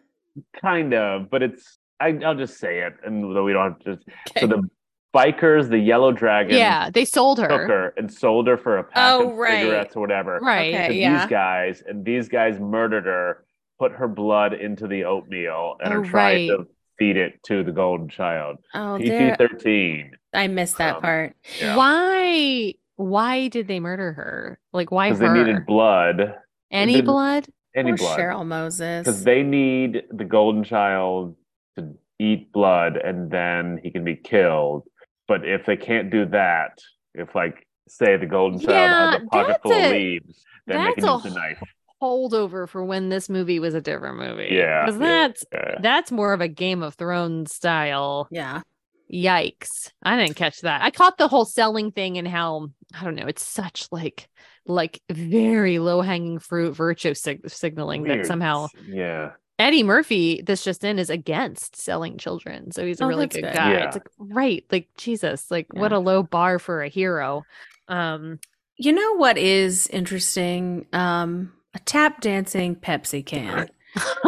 C: kind of, but it's. I, I'll just say it, and though we don't have to.
D: Okay.
C: So the bikers, the yellow dragon,
B: yeah, they sold her.
C: took her and sold her for a pack
D: Oh,
C: of
D: right.
C: cigarettes or whatever.
B: Right.
D: Okay.
C: to
D: yeah.
C: these guys, and these guys murdered her, put her blood into the oatmeal, and
B: Oh,
C: are trying
B: right.
C: to feed it to the golden child.
D: oh,
C: PG
D: there.
C: thirteen.
D: I missed that
C: um,
D: part.
C: Yeah.
B: Why? Why did they murder her? Like why
C: Because they
B: her?
C: needed blood,
B: Any
C: didn't-
B: blood?
C: any
D: Poor
C: blood,
D: Cheryl Moses.
C: because they need the golden child to eat blood, and then he can be killed. But if they can't do that, if like say the golden child has
B: Yeah,
C: a pocket full
B: that's
C: of
B: a-
C: leaves, then they
B: that's
C: can
B: a
C: use the knife.
B: Holdover for when this movie was a different movie.
C: Yeah,
B: because
C: yeah.
B: that's
C: Yeah.
B: that's more of a Game of Thrones style.
D: yeah.
B: Yikes! I didn't catch that. I caught the whole selling thing and how I don't know. It's such like like very low hanging fruit virtue sig- signaling
C: Weird.
B: that somehow
C: yeah.
B: Eddie Murphy, this just in, is against selling children. So he's a
D: Oh,
B: really
D: that's
B: good,
D: good.
B: guy.
C: Yeah.
B: It's like right, like Jesus, like what
D: Yeah.
B: a low bar for a hero. Um
D: You know what is interesting? Um, a tap dancing Pepsi can.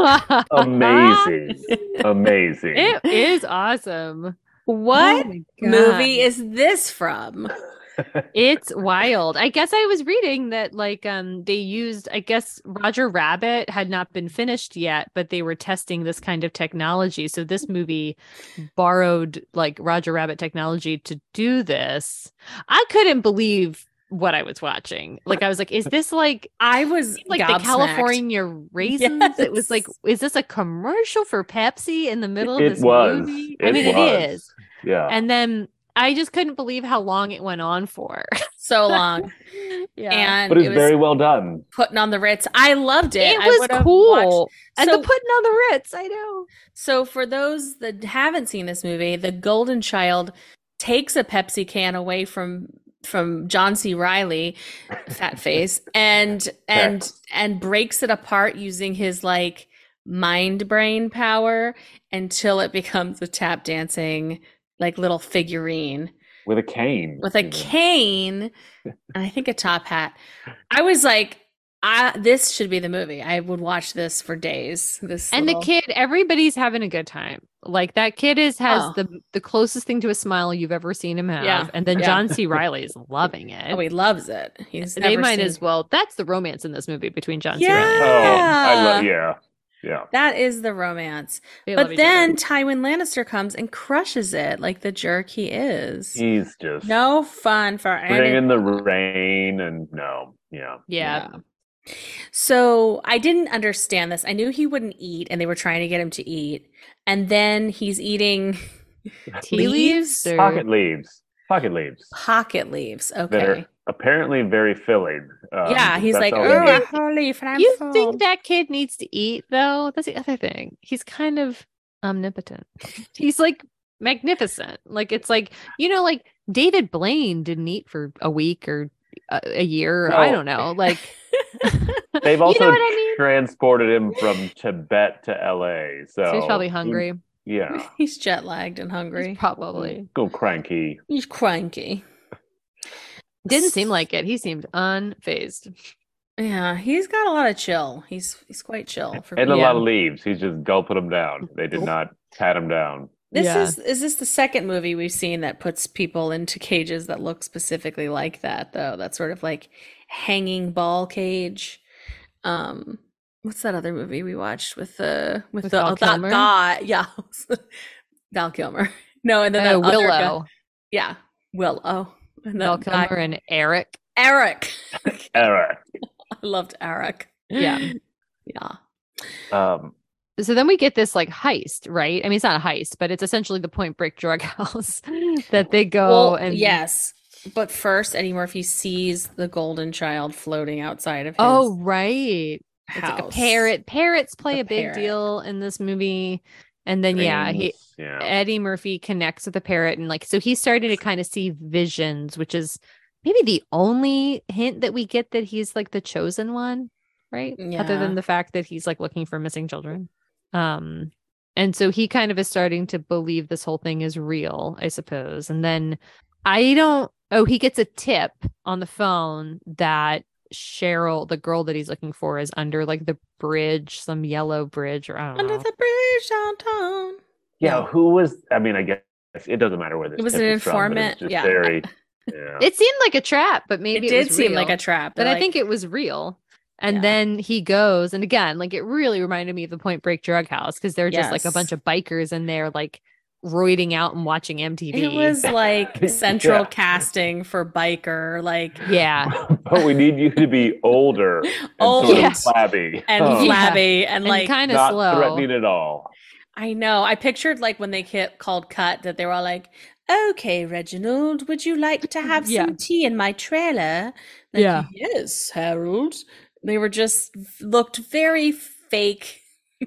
B: Uh-huh.
C: Amazing. Amazing.
B: It is awesome.
D: what
B: Oh my
D: movie
B: God.
D: is this from?
B: it's wild. I guess I was reading that like um they used I guess Roger Rabbit had not been finished yet, but they were testing this kind of technology. So this movie borrowed like Roger Rabbit technology to do this. I couldn't believe what I was watching.
C: Uh,
B: Like I was like, is this like
D: I was
B: like
D: gobsmacked.
B: the California raisins? It was like,
D: Yes.
B: is this a commercial for Pepsi in the middle of
C: It
B: this
C: was.
B: movie? I
C: It
B: mean,
C: was.
B: it is.
C: yeah.
B: And then I just couldn't believe how long it went on for.
D: so long,
B: yeah.
D: and
C: but it's
D: it was
C: very well done.
D: putting on the Ritz. I loved it.
B: it
D: I
B: was
D: would've
B: cool.
D: watched-
B: and the
D: So,
B: putting on the Ritz, I know.
D: so for those that haven't seen this movie, the Golden Child takes a Pepsi can away from from John C. Riley, fat face, and and and breaks it apart using his like mind brain power until it becomes a tap dancing like little figurine
C: With a cane.
D: with a
C: even.
D: cane and I think a top hat. I was like, I this should be the movie. I would watch this for days. This
B: And the
D: little-
B: kid, everybody's having a good time. Like that kid is has
D: Oh.
B: the the closest thing to a smile you've ever seen him have.
D: Yeah.
B: And then
D: Yeah.
B: John C. Riley is loving it.
D: Oh, he loves it. He's
B: they
D: never
B: might
D: seen-
B: as well. That's the romance in this movie between John C. Riley.
C: Oh,
B: and
C: I love.
D: Yeah.
C: Yeah. Yeah.
D: That is the romance.
B: They love
D: but
B: each other.
D: then Tywin Lannister comes and crushes it like the jerk he is.
C: He's just
D: No fun for
C: sitting
D: anyone.
C: Mm. in the rain and no. Yeah.
B: yeah.
D: Yeah. So I didn't understand this. I knew he wouldn't eat, and they were trying to get him to eat. And then he's eating
B: Tea leaves?
D: Leaves?
B: or-
C: Pocket leaves. Pocket leaves.
D: pocket leaves.
C: That
D: Okay.
C: are apparently very filling. Um,
D: yeah. He's
C: that's
D: like,
C: all
D: oh,
C: we
D: a
C: need.
D: whole leaf, and I'm
B: you
D: full."
B: think that kid needs to eat though? That's the other thing. He's kind of omnipotent. He's like magnificent. Like it's like you know, like David Blaine didn't eat for a week or a, a year. Or I
C: No.
B: don't know. Like
C: They've
B: know
C: also
B: what I mean?
C: transported him from Tibet to LA. So, mm,
B: so he's probably hungry.
C: Yeah.
D: he's jet lagged and
B: He's
D: hungry.
B: probably
C: Go cranky.
D: He's cranky.
B: didn't seem like it. He seemed unfazed.
D: Yeah, he's got a lot of chill. He's he's quite chill for
C: And a
B: Yeah.
C: lot of leaves. He's just gulping them down. They did not pat him down.
D: This
B: Yeah.
D: is is this the second movie we've seen that puts people into cages that look specifically like that though. That sort of like hanging ball cage. Um what's that other movie we watched with the with,
B: With
D: the
B: Val
D: oh, that
B: Kilmer?
D: guy? Yeah. Val Kilmer. No, and then that
B: Oh,
D: other guy-
B: Willow,
D: Yeah. Willow. And
B: Val
D: that guy-
B: Kilmer, and Eric.
D: Eric.
C: All right.
D: I loved Eric.
B: Yeah.
D: Yeah.
C: Um,
B: so then we get this like heist, right? I mean, it's not a heist, but it's essentially the Point Break drug house that they go
D: well,
B: Oh, and
D: yes. But first, Eddie Murphy sees the golden child floating outside of his
B: Oh, right. It's
D: house.
B: like a parrot. Parrots play
D: The
B: a big
D: parrot.
B: deal in this movie. And then yeah, he
C: Things, yeah.
B: Eddie Murphy connects with the parrot and like so he's starting to kind of see visions, which is maybe the only hint that we get that he's like the chosen one, right? Other
D: Yeah.
B: than the fact that he's like looking for missing children. Um and so he kind of is starting to believe this whole thing is real, I suppose. And then I don't oh, he gets a tip on the phone that Cheryl, the girl that he's looking for, is under like the bridge, some yellow bridge or I don't
D: Under
B: know.
D: the bridge downtown.
C: Yeah, who was? I mean, I guess it doesn't matter where this.
D: It was
C: tip
D: an
C: is from, but
D: informant,
C: it's just
D: yeah.
C: Very, yeah.
B: It seemed like a trap, but maybe
D: it
B: it,
D: did
B: was
D: seem like
B: real.
D: a trap,
B: but I
D: like-
B: think it was real. And
D: Yeah.
B: then he goes, and again, like it really reminded me of the Point Break drug house because they're just like a
D: Yes.
B: bunch of bikers in there, like roiding out and watching MTV.
D: it was like central
C: Yeah.
D: casting for biker, like
B: yeah,
C: but we need you to be older and
D: Old.
C: sort
B: Yeah.
C: of flabby
D: and
B: Yeah.
C: Oh,
D: flabby and
B: and
D: like
B: kind of
C: not
B: slow.
C: threatening at all.
D: I know. I pictured like when they hit, called cut that they were all like, "Okay, Reginald, would you like to have
B: Mm, Yeah.
D: some tea in my trailer?" Like,
B: Yeah.
D: Yes, Harold. They were just looked very fake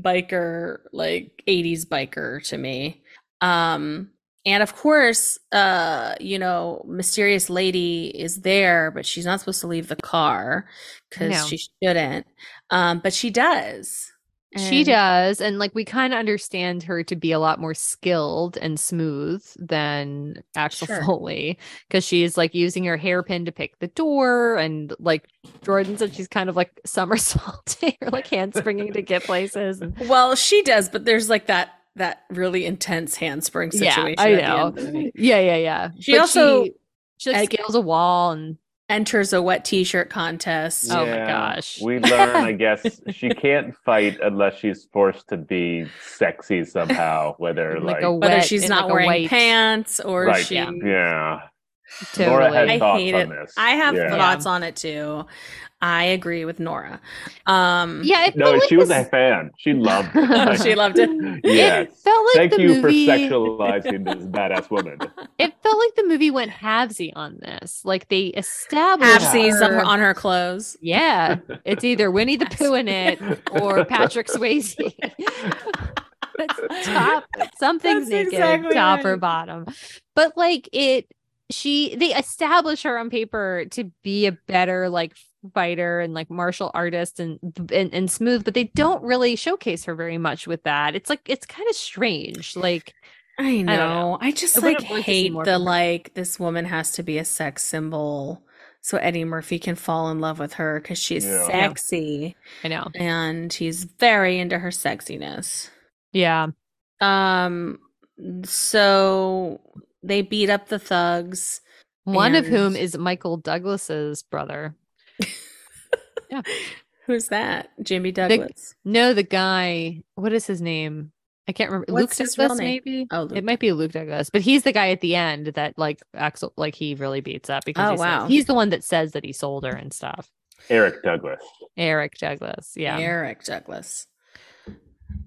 D: biker, like 80s biker to me. Um and of course, uh, you know, mysterious lady is there, but she's not supposed to leave the car because
B: No.
D: she shouldn't. Um, but she does.
B: She
D: And-
B: does, and like we kind of understand her to be a lot more skilled and smooth than Axel
D: Sure.
B: Foley because she's like using her hairpin to pick the door, and like Jordan said, she's kind of like somersaulting or like handspringing to get places. and-
D: Well, she does, but there's like that that really intense handspring situation.
B: yeah, I
D: at the
B: know.
D: end of the movie.
B: yeah, yeah, yeah.
D: She also-
B: she, she, like,
D: I-
B: scales a wall and
D: Enters a wet t-shirt contest. uh,
B: Oh my gosh.
C: We learn, I guess, she can't fight unless she's forced to be sexy somehow, whether
B: Like
C: like,
B: a
D: Whether
B: wet
D: she's
B: in,
D: not
B: like, a
D: wearing
B: white-
D: pants or
C: Right,
D: she
B: yeah.
C: yeah. Laura
B: totally.
C: has
D: I
C: thoughts
D: hate
C: on
D: it.
C: this.
D: I have
C: Yeah.
D: thoughts on it too. I agree with Nora. Um
B: yeah, it
C: No,
B: felt like
C: she was
B: this-
C: a fan. She loved it.
D: she loved it.
B: It
C: yes.
B: felt like
C: Thank
B: the
C: you for
B: movie.
C: sexualizing this badass woman.
B: It felt like the movie went halvesy on this. Like they established
D: Halfsies on
B: her-
D: her, on her clothes.
B: Yeah, it's either Winnie the Pooh in it or Patrick Swayze. it's top something's naked,
D: That's exactly
B: top or
D: right.
B: bottom. But like it, she they establish her on paper to be a better like fighter and like martial artist and and, and smooth, but they don't really showcase her very much with that. It's like it's kind of strange. Like
D: I know. I,
B: know.
D: just
B: I would've
D: like
B: liked to see
D: hate
B: more
D: the
B: from her.
D: like this woman has to be a sex symbol so Eddie Murphy can fall in love with her because she's
C: Yeah.
B: Yeah.
D: sexy
B: I know,
D: and he's very into her sexiness.
B: yeah.
D: Um so they beat up the thugs.
B: One of whom
D: And-
B: is Michael Douglas's brother.
D: Who's that? Jimmy Douglas.
B: No, the guy. What is his name? I can't remember.
D: What's
B: Luke
D: his real
B: Douglas,
D: name?
B: maybe.
D: oh, Luke.
B: It might be Luke Douglas, but he's the guy at the end that like Axel, like he really beats up because
D: Oh,
B: he says-
D: wow.
B: he's the one that says that he sold her and stuff.
C: Eric Douglas.
B: Eric Douglas, yeah.
D: Eric Douglas.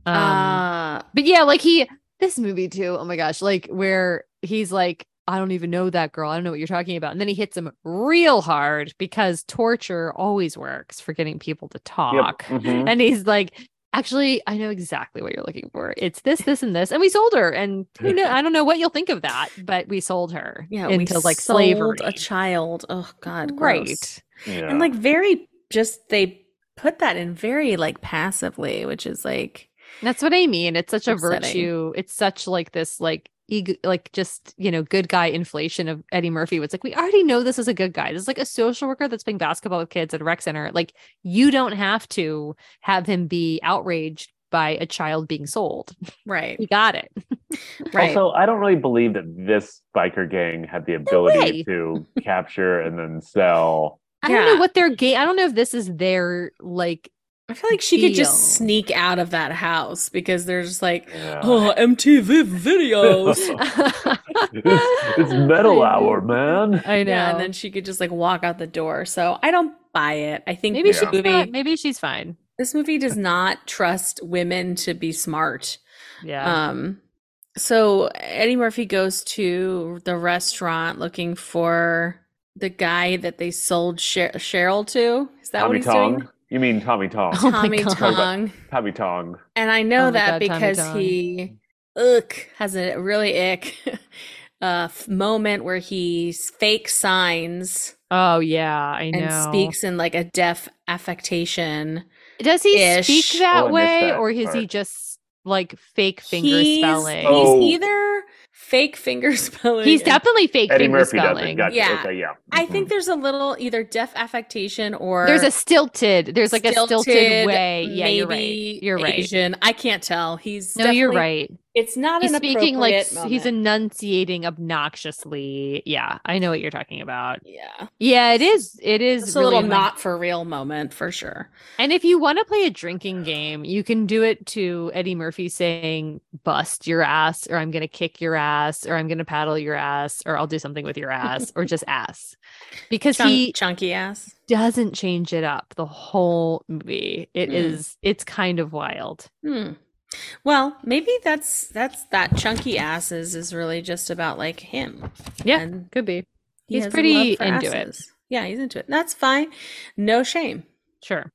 B: Um,
D: uh
B: but yeah, like he this movie too. Oh my gosh, like where he's like, I don't even know that girl. I don't know what you're talking about, and then he hits him real hard because torture always works for getting people to
C: Yep,
B: talk.
C: mhm.
B: and he's like actually i know exactly what you're looking for it's this this and this and we sold her and who know i don't know what you'll think of that but we sold her
D: yeah,
B: into
D: we
B: like
D: sold
B: slavery
D: a child. Oh god, gross.
B: right
C: Yeah.
D: and like very just they put that in very like passively which is like
B: that's what i mean it's such a
D: Upsetting.
B: virtue it's such like this like ego like just you know good guy inflation of eddie murphy it's like we already know this is a good guy this is like a social worker that's playing basketball with kids at a rec center like you don't have to have him be outraged by a child being sold
D: right
B: we got it
D: right
C: Also, I don't really believe that this biker gang had the ability
B: way.
C: to capture and then sell.
B: I don't know
D: Yeah.
B: what their game. I don't know if this is their like.
D: i feel like she could
B: deal.
D: just sneak out of that house because they're just like
C: Yeah.
D: oh mtv videos
C: it's, it's metal hour, man.
B: I know.
D: yeah and then she could just like walk out the door so i don't buy it i think
B: maybe
D: this
B: she's
D: movie
B: not, maybe she's fine.
D: This movie does not trust women to be smart.
B: Yeah.
D: Um, so Eddie Murphy goes to the restaurant looking for the guy that they sold Sher- Cheryl to. Is that what
C: Tommy
D: he's
C: Tong?
D: doing?
C: You mean Tommy Tong?
B: Oh my
D: Tommy
B: God.
D: Tong.
C: Tommy Tong.
D: And I
B: Oh
D: know
B: my
D: that
B: God, Tommy
D: because
B: Dong.
D: he ick has a really ick uh f- moment where he s- fake signs
B: oh yeah, I know.
D: and speaks in like a deaf affectation.
B: Does he
D: ish.
B: speak that
C: Oh, I missed
B: way,
C: that
B: or is he
C: part.
B: just like fake finger
D: He's-
B: spelling?
D: He's
C: Oh.
D: either fake finger spelling.
B: He's
D: and-
B: definitely fake
C: Eddie
B: finger
C: Murphy does it.
B: spelling.
C: Gotcha.
D: Yeah.
C: Okay, yeah.
D: I
C: Mhm.
D: think there's a little either deaf affectation or
B: There's a stilted. There's like a
D: stilted,
B: stilted way. Yeah, you're right.
D: maybe
B: You're right.
D: Asian. I can't tell. He's
B: No, you're
D: definitely-
B: right.
D: It's not
B: He's
D: an
B: speaking like
D: appropriate
B: s- he's
D: moment.
B: enunciating obnoxiously. Yeah, I know what you're talking about.
D: yeah.
B: Yeah, it is. It is
D: It's a
B: really
D: little
B: annoying.
D: not for real moment for sure.
B: And if you want to play a drinking game, you can do it to Eddie Murphy saying "bust your ass" or "I'm going to kick your ass" or "I'm going to paddle your ass" or "I'll do something with your ass" or just "ass," because
D: Chunk-
B: he
D: chunky ass.
B: doesn't change it up the whole movie. It
D: Mm.
B: is. It's kind of wild.
D: Hmm. Well, maybe that's that's that chunky asses is really just about like him.
B: Yeah,
D: and
B: Could be.
D: he
B: he's
D: has a
B: pretty
D: love for
B: into it.
D: asses. Yeah, he's into it. That's fine. No shame.
B: Sure.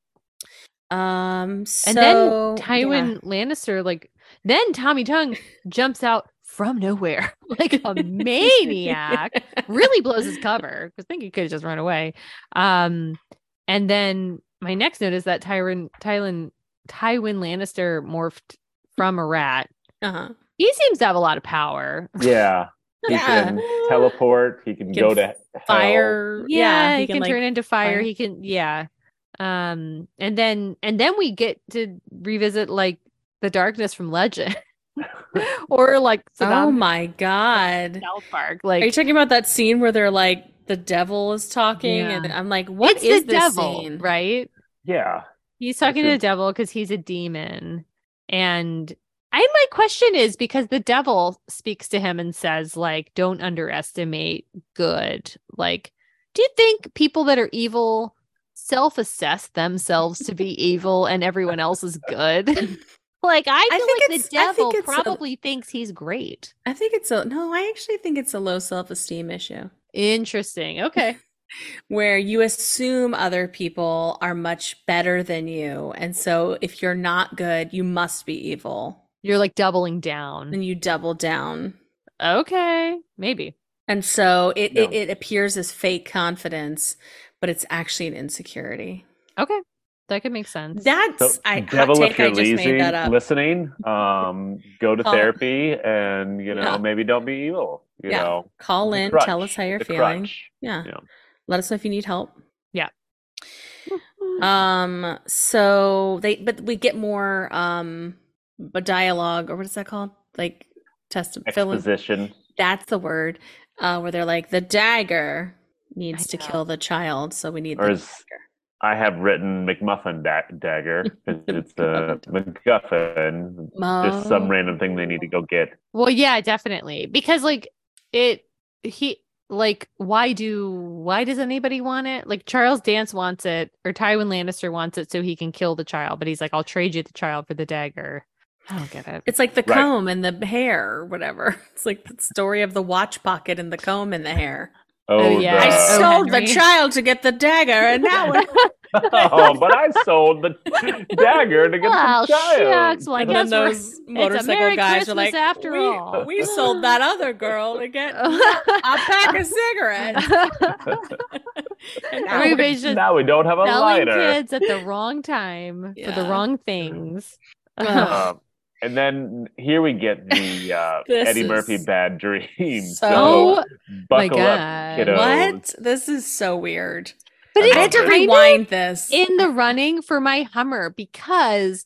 D: Um, so,
B: And then
D: yeah.
B: Tywin Lannister, like, then Tommy Tongue jumps out from nowhere like a maniac. really blows his cover because I think he could have just run away. Um, and then my next note is that Tyron Tywin Tywin Lannister morphed from a rat.
D: Uh-huh.
B: He seems to have a lot of power.
C: Mm-hmm. Yeah. He can teleport. He can,
D: Can
C: go to hell.
D: fire.
B: Yeah, he, can,
D: like-
B: turn into fire.
D: fire.
B: He can, yeah. Um, and then and then we get to revisit like the darkness from Legend, or like
D: Oh
B: Saddam
D: my god!
B: South Park.
D: Are you
B: Like
D: talking about that scene where they're like the devil is talking, and I'm like, what
B: it's
D: is
B: the
D: this
B: devil,
D: scene?
B: right?
C: Yeah.
B: He's talking to
C: Which
B: the
C: is-
B: devil because he's a demon. And I my question is because the devil speaks to him and says, like, don't underestimate good. Like, do you think people that are evil self-assess themselves to be evil and everyone else is good? like, I
D: I
B: feel
D: think
B: like the
D: it's- I think
B: devil
D: it's a-
B: probably thinks he's great.
D: I think it's a no. I actually think it's a low self esteem issue
B: Interesting. Okay.
D: where you assume other people are much better than you, and so if you're not good, you must be evil,
B: You're like doubling
C: Mm-hmm.
B: down.
D: and you double down.
B: Okay. Maybe.
D: And so it, it,
C: No.
D: it appears as fake confidence, but it's actually an insecurity.
B: Okay. That could make sense.
C: So,
D: That's I hot
C: devil,
D: take,
C: if you're
D: I just
C: lazy,
D: made that up.
C: listening, um, go to
D: Call-
C: therapy and, you know,
D: Yeah.
C: maybe don't be evil. You
D: Yeah.
C: know,
D: Call
C: The
D: in,
C: crutch,
D: tell us how you're
C: the
D: feeling.
C: crutch.
D: Yeah.
C: Yeah.
D: Let us know if you need help.
B: Yeah.
C: Mm-hmm.
D: Um so they but we get more um a dialogue or what is that called? Like test fill in-
C: Exposition.
D: That's the word. Uh where they're like the dagger needs
B: I
D: to
B: know.
D: kill the child, so we need
C: Or
D: the
C: is- I have written McMuffin da- dagger 'cause it's a MacGuffin.
D: dagger.
C: Just some random thing they need to go get.
B: Well, yeah, definitely. Because like it he like why do why does anybody want it? Like Charles Dance wants it or Tywin Lannister wants it so he can kill the child, but he's like I'll trade you the child for the dagger. I don't get it.
D: It's like the
C: Right.
D: comb and the hair or whatever. It's like the story of the watch pocket and the comb and the hair.
C: Oh,
B: yeah.
D: I
B: Uh,
C: the-
D: sold
B: Henry.
D: the child to get the dagger and now it
C: oh, but I sold the dagger to get
B: Well,
C: the child.
B: shucks, well, I
D: and then
B: guess we're-
D: those motorcycle
B: Merry
D: guys are
B: Christmas
D: like,
B: after
D: we,
B: all."
D: we sold that other girl to get a pack of cigarettes. And now we're-
B: Everybody's just
C: now we don't have a
B: selling
C: lighter.
B: kids at the wrong time for the
D: Yeah.
B: wrong things.
D: Ugh.
C: Um, and then here we get the uh,
D: This
C: Eddie Murphy
D: is
C: bad dream.
D: so-
B: oh my
C: buckle up,
B: god.
C: kiddo.
D: what? This is so weird.
B: But
C: I
B: it's
D: I had to
C: Okay.
B: kind of
D: rewind this.
B: in the running for my Hummer because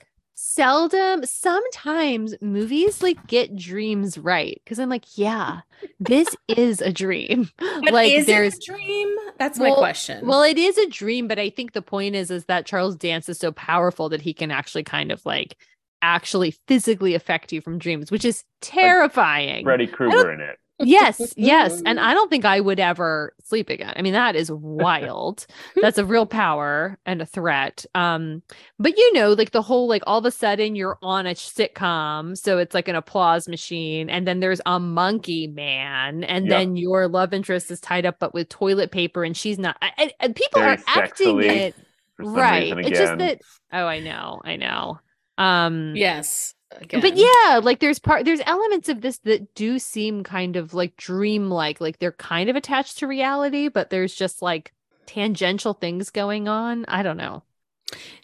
B: seldom sometimes movies like get dreams right because I'm like, yeah, this is a dream.
D: But
B: like
D: is
B: there's
D: it a dream? That's my
B: Well-
D: question.
B: well, it is a dream, but I think the point is is that Charles Dance is so powerful that he can actually kind of like actually physically affect you from dreams, which is terrifying.
C: Freddy Krueger in it.
B: yes, yes. And I don't think I would ever sleep again. I mean, that is wild. That's a real power and a threat. Um, but you know, like the whole like all of a sudden you're on a sitcom, so it's like an applause machine, and then there's a monkey man, and
C: Yeah.
B: then your love interest is tied up but with toilet paper, and she's not. I, I- and people
C: Very
B: are acting
C: sexily,
B: it
C: for some
B: right.
C: reason
B: It's just
C: again.
B: that. Oh, I know, I know. Um,
D: yes. Again.
B: but yeah like there's part there's elements of this that do seem kind of like dreamlike like they're kind of attached to reality but there's just like tangential things going on i don't know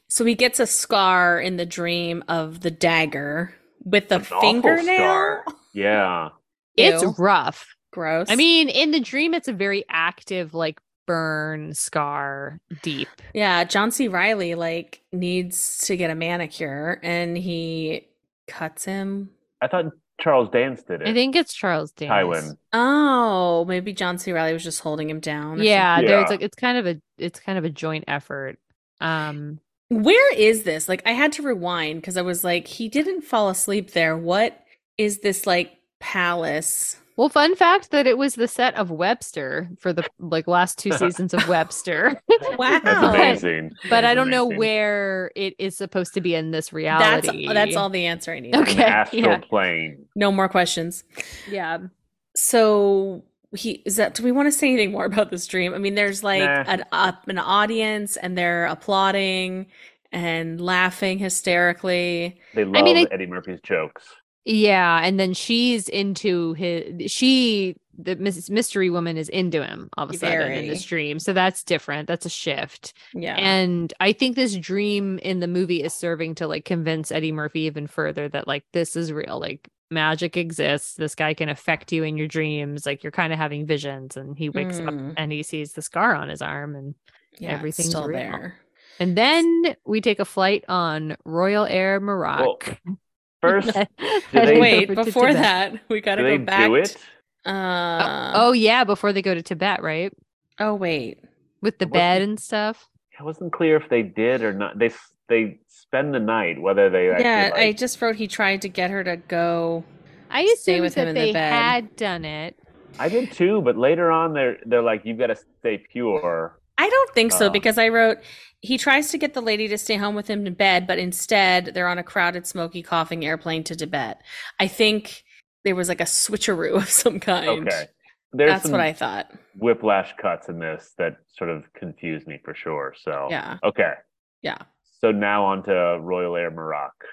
D: So he gets a scar in the dream of the dagger with the
C: An awful
D: fingernail.
C: scar. Yeah.
D: Ew.
B: it's rough
D: gross.
B: i mean in the dream it's a very active like burn scar deep
D: yeah, John C. Riley like needs to get a manicure, and he cuts him.
C: I thought Charles Dance did it.
B: i think it's charles dance
C: Tywin.
D: Oh, maybe John C. Riley was just holding him down. or
B: yeah,
C: something.
B: there's
C: Yeah.
B: like it's kind of a it's kind of a joint effort um
D: something. Where is this? Like, I had to rewind because I was like, he didn't fall asleep there. What is this like palace?
B: Well, fun fact that it was the set of Webster for the like last two seasons of Webster,
D: Wow.
C: That's amazing.
B: but
C: That
B: I
C: is
B: don't know
C: amazing.
B: where it is supposed to be in this
D: That's uh,
B: reality.
D: that's all the answer I need.
B: Okay.
C: An astral
B: yeah.
C: plane.
D: No more questions.
B: Yeah.
D: So he is that do we want to say anything more about this dream? I mean, there's like
C: Nah.
D: an up an audience and they're applauding and laughing hysterically.
C: They love
B: I mean, I-
C: Eddie Murphy's jokes.
B: Yeah, and then she's into his. She, the mys- mystery woman, is into him all of a sudden in this
D: Very.
B: dream. So that's different. That's a shift.
D: Yeah.
B: And I think this dream in the movie is serving to like convince Eddie Murphy even further that like this is real. Like magic exists. This guy can affect you in your dreams. Like you're kind of having visions, and he wakes up
D: Mm.
B: and he sees the scar on his arm and
D: Yeah, it's
B: everything's
D: still
B: real.
D: there.
B: And then we take a flight on Royal Air Morocc.
C: First, do
B: Heading
C: they-
D: Wait,
B: over to
D: before
B: Tibet.
D: that, we gotta
C: they
D: go back.
C: do it?
D: to- Uh,
B: Oh yeah, before they go to Tibet, right?
D: oh wait.
B: With the
C: What-
B: bed and stuff.
C: It wasn't clear if they did or not. They s- they spend the night, whether they actually
D: Yeah,
C: like,
D: I just wrote he tried to get her to go.
B: I
D: Stay
B: assumed
D: with him
B: that
D: in the
B: they
D: bed.
B: had done it.
C: I did too, but later on they're they're like, You've got to stay pure.
D: I don't think so
C: Oh.
D: because I wrote he tries to get the lady to stay home with him to bed, but instead they're on a crowded, smoky, coughing airplane to Tibet. I think there was like a switcheroo of some kind.
C: Okay. There's
D: That's
C: some
D: what I thought.
C: whiplash cuts in this that sort of confused me for sure. So
D: Yeah.
C: Okay.
D: Yeah.
C: So now on to Royal Air Morocco.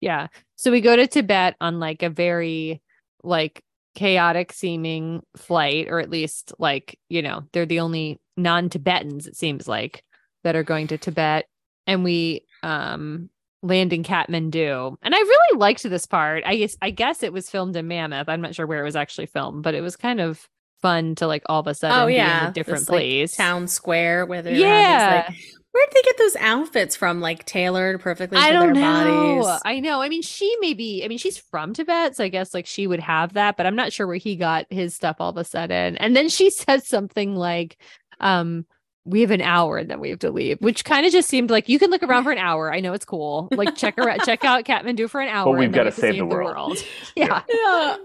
B: Yeah. So we go to Tibet on like a very like chaotic seeming flight, or at least like, you know, they're the only non-Tibetans, it seems like, that are going to Tibet. And we um land in Kathmandu. And I really liked this part. I guess I guess it was filmed in Mammoth. I'm not sure where it was actually filmed, but it was kind of fun to like all of a sudden
D: Oh
B: be
D: yeah.
B: in a different
D: this, like,
B: place.
D: town square where they're yeah.
B: yeah.
D: where did they get those outfits from? Like tailored perfectly
B: I
D: for
B: don't
D: their
B: know.
D: bodies.
B: I know. I mean, she may be, I mean, she's from Tibet. So I guess like she would have that, but I'm not sure where he got his stuff all of a sudden. And then she says something like, um, we have an hour and then we have to leave, which kind of just seemed like you can look around for an hour. I know it's cool. Like check around, check out Kathmandu for an hour.
C: we've
B: and then we have
C: gotta
B: to
C: save the world.
B: Yeah.
D: Yeah.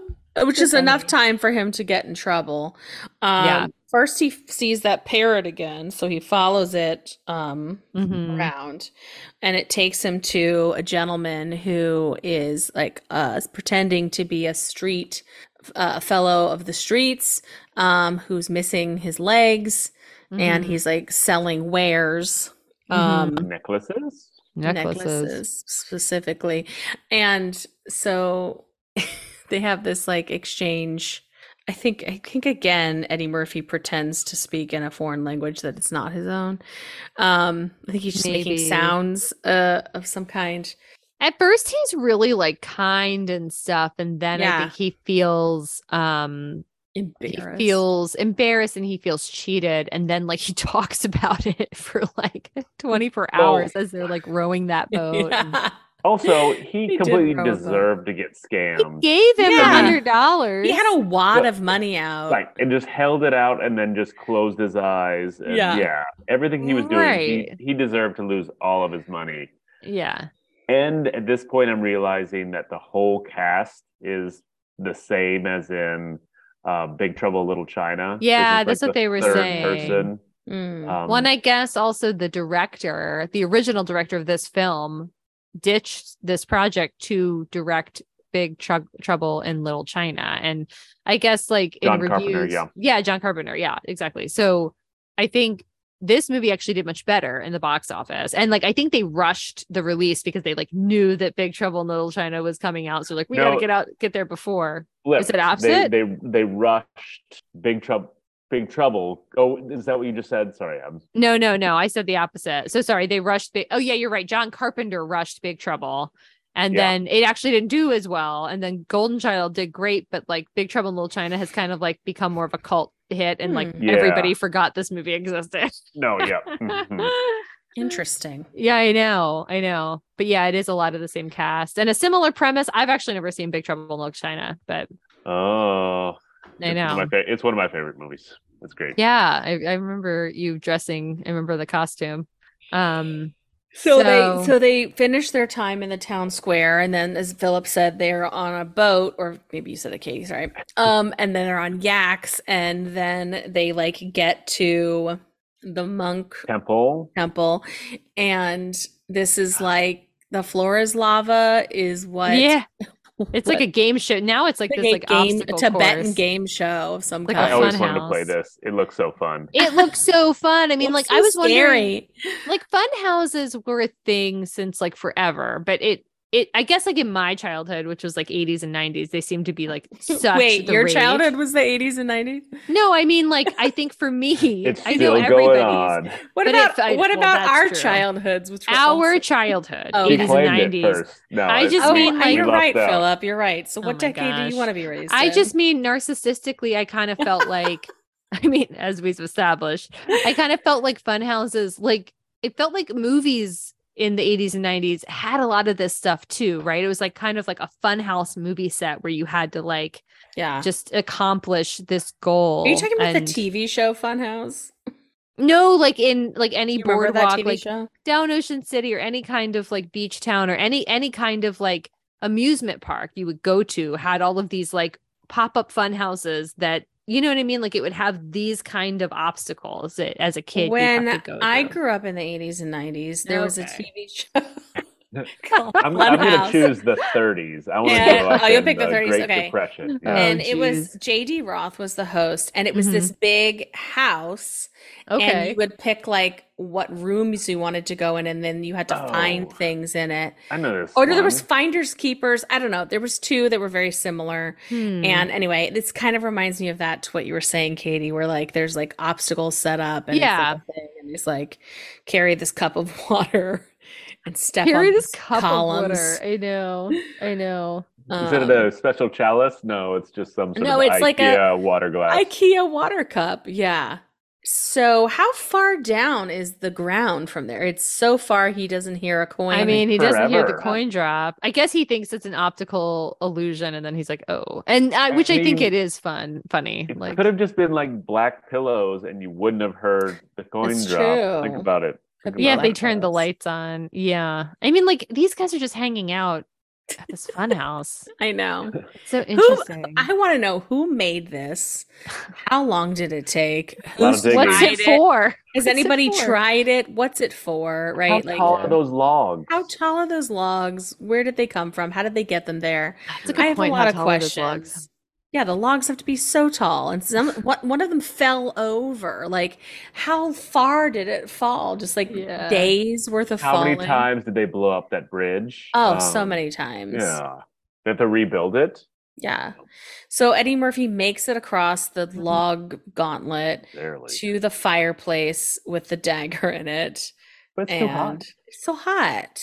D: Which is
B: Just
D: enough
B: funny.
D: time for him to get in trouble. Um,
B: Yeah.
D: First, he f- sees that parrot again, so he follows it um,
B: Mhm.
D: around, and it takes him to a gentleman who is like uh, pretending to be a street uh, fellow of the streets, um, who's missing his legs, and
B: Mhm.
D: he's like selling wares.
B: Mhm.
D: Um,
C: Necklaces?
B: necklaces.
D: specifically. And so they have this like exchange. I think I think again Eddie Murphy pretends to speak in a foreign language that it's not his own. Um I think he's just
B: Maybe.
D: making sounds uh of some kind.
B: At first he's really like kind and stuff. And then I
D: Yeah.
B: think he feels, um, he
D: Embarrassed.
B: feels embarrassed and he feels cheated and then like he talks about it for like 24 hours as they're like rowing that boat and-
D: Yeah.
C: Also, he,
D: He did
C: completely
D: roll them.
C: deserved to get scammed.
B: gave him a
D: Yeah.
B: hundred dollars
D: He had a wad
C: But-
D: of money out.
C: Like, and just held it out and then just closed his eyes. And
D: Yeah.
C: yeah. Everything he was doing, he,
B: Right.
C: he deserved to lose all of his money.
B: yeah
C: And at this point, I'm realizing that the whole cast is the same as in uh, Big Trouble Little China.
B: Yeah,
C: This is,
B: that's what
C: the
B: they were
C: third
B: saying. Mm-hmm.
C: Person.
D: Mm.
C: Um,
B: Well, and I guess also the director, the original director of this film, ditched this project to direct Big Trou- Trouble in Little China. And I guess like in
C: John
B: reviews,
C: Carpenter, yeah.
B: John Carpenter, yeah, exactly. So I think this movie actually did much better in the box office, and like I think they rushed the release because they like knew that Big Trouble in Little China was coming out, so like we
C: No.
B: gotta get out, get there before.
C: flipped.
B: is it opposite?
C: They, they they rushed Big Trouble. Big Trouble. Oh, is that what you just said? Sorry, I'm
B: No, no, no. I said the opposite. So sorry. They rushed Big. Oh, yeah, you're right. John Carpenter rushed Big Trouble. And
C: Yeah.
B: then it actually didn't do as well. And then Golden Child did great, but like Big Trouble in Little China has kind of like become more of a cult hit. And like
D: Hmm.
C: Yeah.
B: everybody forgot this movie existed.
C: no, yeah. Mhm.
D: Interesting.
B: yeah, I know. I know. But yeah, it is a lot of the same cast and a similar premise. I've actually never seen Big Trouble in Little China, but
C: oh,
B: I
C: it's One of
B: know.
C: my fa- it's one of my favorite movies. It's great.
B: Yeah, I, I remember you dressing. I remember the costume. Um, So-
D: So, they so they finish their time in the town square, and then, as Philip said, they're on a boat, or maybe you said it, Katie. Sorry. Um, and then they're on yaks, and then they like get to the monk
C: Temple.
D: temple, and this is like the floor is lava, is what?
B: Yeah. It's like a game show. Now it's like
D: Like
B: this
D: a
B: like
D: game, a
B: obstacle
D: Tibetan
B: course.
D: game show of some
B: Like a
C: I
D: kind.
C: always
B: fun
C: wanted to
B: house.
C: play this. It looks so fun.
B: It looks so fun. I mean, like
D: Looks so
B: I was wondering,
D: scary.
B: like fun houses were a thing since like forever, but it it I guess like in my childhood, which was like 80s and 90s, they seemed to be like such.
D: Wait,
B: the
D: your
B: rage.
D: childhood was the eighties and nineties.
B: No, I mean like I think for me,
C: It's
B: I know
C: still going
B: everybody's
C: on.
D: What
B: But
D: about
B: if I-
D: what
B: well,
D: about
B: that's
D: our
B: true.
D: childhoods? Which were
B: our
D: also-
B: childhood,
D: Oh,
C: He
B: 80s
C: claimed
B: and
C: it
B: 90s.
C: first. No,
B: I
C: it's-
B: just
D: oh,
B: mean,
D: I-
B: like-
D: you're
C: We lucked
D: right,
C: out.
D: Philip. You're right. So,
B: Oh
D: what
B: my
D: decade do
B: gosh.
D: you want to be raised?
B: I
D: in?
B: just mean narcissistically, I kind of felt like, I mean, as we've established, I kind of felt like fun houses, like it felt like movies in the 80s and 90s had a lot of this stuff too, right? It was like kind of like a fun house movie set where you had to like
D: yeah.
B: just accomplish this goal.
D: Are you talking about
B: and-
D: the TV show Funhouse?
B: No, like in like any
D: You remember that
B: boardwalk,
D: TV
B: like
D: show?
B: down Ocean City or any kind of like beach town or any any kind of like amusement park you would go to had all of these like pop-up fun houses that you know what I mean like it would have these kind of obstacles that as a kid you
D: When
B: have to go
D: I
B: through.
D: grew up in the 80s and 90s, there was a
B: Okay.
D: TV show. called
C: I'm, I'm going
D: Funhouse.
C: to choose the 30s. I want to
D: Yeah.
C: go up
D: Oh, you'll
C: in
D: pick the
C: the,
D: 30s,
C: Great
D: okay.
C: Depression.
B: Oh,
C: Yeah.
D: and it was JD Roth was the host, and it was this big house, and
B: Mm-hmm. okay
D: you would pick like what rooms you wanted to go in, and then you had to find
C: Oh.
D: things in it.
C: I know this.
D: Or there was
C: one.
D: finders keepers. I don't know. There was two that were very similar.
B: Hmm.
D: And anyway, this kind of reminds me of that to what you were saying, Katie, where like there's like obstacles set up and
B: Yeah.
D: it's like a thing, and it's like carry this cup of water and step
B: carry
D: on
B: this
D: these
B: cup of
D: columns.
B: water I know I know
C: Is it
D: Um,
C: a special chalice? No, it's just some sort
D: No,
C: of
D: it's
C: IKEA
D: like a-
C: water glass.
D: IKEA water cup. Yeah. So how far down is the ground from there? It's so far he doesn't hear a coin.
B: I mean, he doesn't hear the
C: forever.
B: coin drop. I guess he thinks it's an optical illusion, and then he's like, "Oh," and uh,
C: I
B: which I, think
C: mean,
B: it is fun, funny.
C: it
B: Like,
C: could have just been like black pillows, and you wouldn't have heard the coin
D: That's
C: drop. Think
D: true.
C: about it.
D: Could be
B: yeah,
D: like
B: if they turned the
D: those.
B: lights on. Yeah, I mean, like these guys are just hanging out at this fun house.
D: I know.
B: So interesting.
D: I want to know who made this. How long did it take?
C: A lot
D: Who's
C: of digging.
B: What's
D: tried
B: it for?
D: Has
B: What's it
D: anybody
B: for?
D: tried it? What's it for? Right?
C: How tall
D: like,
C: are those logs?
D: how tall are those logs? Where did they come from? How did they get them there?
B: It's a
D: I
B: good
D: have
B: point.
D: a
B: how
D: lot of
B: tall are those logs?
D: questions. Yeah, the logs have to be so tall, and some what one of them fell over. Like, how far did it fall? Just like
B: Yeah.
D: days worth of
C: How
D: falling.
C: many times did they blow up that bridge?
D: Oh, so
C: Um,
D: many times.
C: Yeah. They have to rebuild it.
D: Yeah. So Eddie Murphy makes it across the
B: Mm-hmm.
D: log gauntlet
C: Barely.
D: to the fireplace with the dagger in it.
C: but it's too
D: and
C: hot.
D: it's so hot.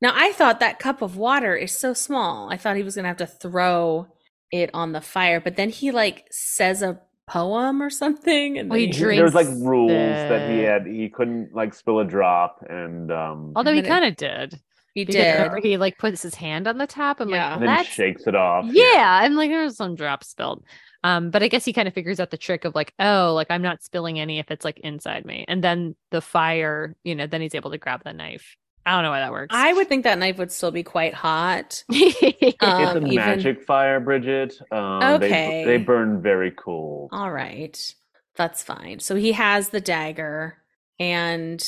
D: Now I thought that cup of water is so small. I thought he was gonna have to throw it on the fire, but then he like says a poem or something, and
B: Well, he
D: then
B: drinks
C: There's like rules that he
B: the- Oh,
C: had. He couldn't like spill a drop, and um,
B: Although he
D: I'm gonna-
B: kind of did.
D: He
B: Because
D: did.
B: remember He like puts his hand on the top. I'm
D: Yeah.
B: like,
C: and
B: well,
C: then
B: that's
C: shakes it off.
B: Yeah, I'm like there's some drops spilled. Um, but I guess he kind of figures out the trick of like, oh, like I'm not spilling any if it's like inside me. And then the fire, you know, then he's able to grab the knife. I don't know why that works.
D: I would think that knife would still be quite hot. Um,
C: it's a
D: even-
C: magic fire, Bridget. Um,
D: Okay.
C: They, they burn very
B: Oh,
C: cool.
D: All right. That's fine. So he has the dagger and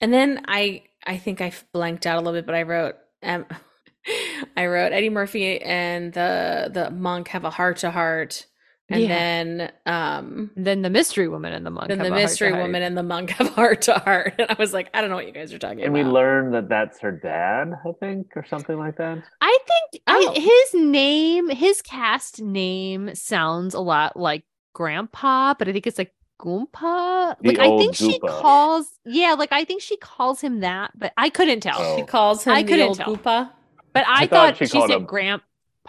D: and then I I think I blanked out a little bit but I wrote um, I wrote Eddie Murphy and the the monk have a heart to heart and
B: Yeah.
D: then um
B: then the mystery woman and the monk.
D: then
B: have a
D: the
B: heart to
D: mystery
B: heart.
D: woman and the monk have heart to heart and I was like I don't know what you guys are talking
C: And we
D: about.
C: learn that that's her dad, I think, or something like that.
B: I think
D: Oh.
B: I, his name, his cast name sounds a lot like grandpa, but I think it's like Goompa.
C: The
B: Like I
C: old
B: think she
C: Goompa.
B: calls yeah, like I think she calls him that, but I couldn't tell.
C: Oh.
D: she calls him
B: I
D: the
B: couldn't
D: old
B: tell.
D: Koopa.
B: But I,
C: I thought
B: thought,
C: she
B: she
C: called
B: said
C: him
B: grandpa.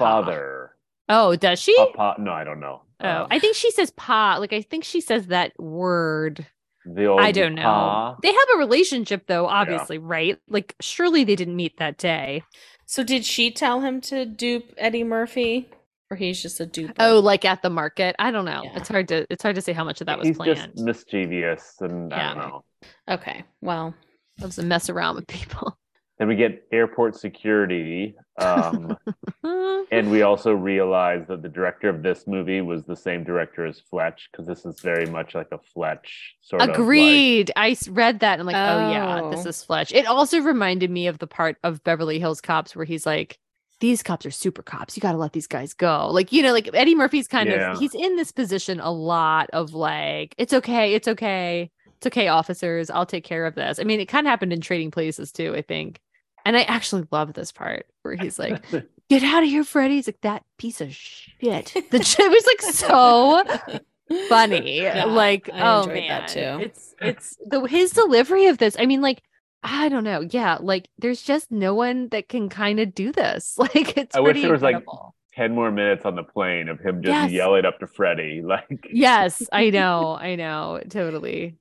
C: Father.
B: Oh, does she?
C: Papa. No, I don't know.
B: oh,
C: Um,
B: I think she says pa. Like I think she says that word.
C: Oh, the old
B: I don't know.
C: pa.
B: They have a relationship though, obviously, right? Like surely they didn't meet that day.
D: So did she tell him to dupe Eddie Murphy or he's just a dupe?
B: Oh, like at the market. I don't know.
D: Yeah.
B: It's hard to it's hard to say how much of that was
C: He's
B: planned.
C: just mischievous, and I
B: Yeah.
C: don't know.
D: Okay. Well,
B: loves to mess around with people.
C: Then we get airport security, um,
B: Uh,
C: and we also realize that the director of this movie was the same director as Fletch, because this is very much like a Fletch sort of like-
B: Agreed. I s- read that. And I'm like, oh. yeah, this
D: Oh.
B: is Fletch. It also reminded me of the part of Beverly Hills Cops where he's like, these cops are super cops. You got to let these guys go. Like, you know, like Eddie Murphy's kind
C: Yeah.
B: of, he's in this position a lot of like, it's okay. It's okay. It's okay, officers. I'll take care of this. I mean, it kind of happened in Trading Places too, I think. And I actually love this part where he's like, get out of here, Freddy. He's like, that piece of shit. The, it was like so funny.
D: Yeah,
B: like,
D: I
B: oh
D: enjoyed
B: man,
D: that too.
B: it's it's the his delivery of this. I mean, like, I don't know. Yeah, like there's just no one that can kind of do this. Like, it's
C: I wish
B: pretty
C: there was, like,
B: incredible.
C: Ten more minutes on the plane of him just
B: Yes.
C: yelling up to Freddy, like
B: yes, I know, I know, totally.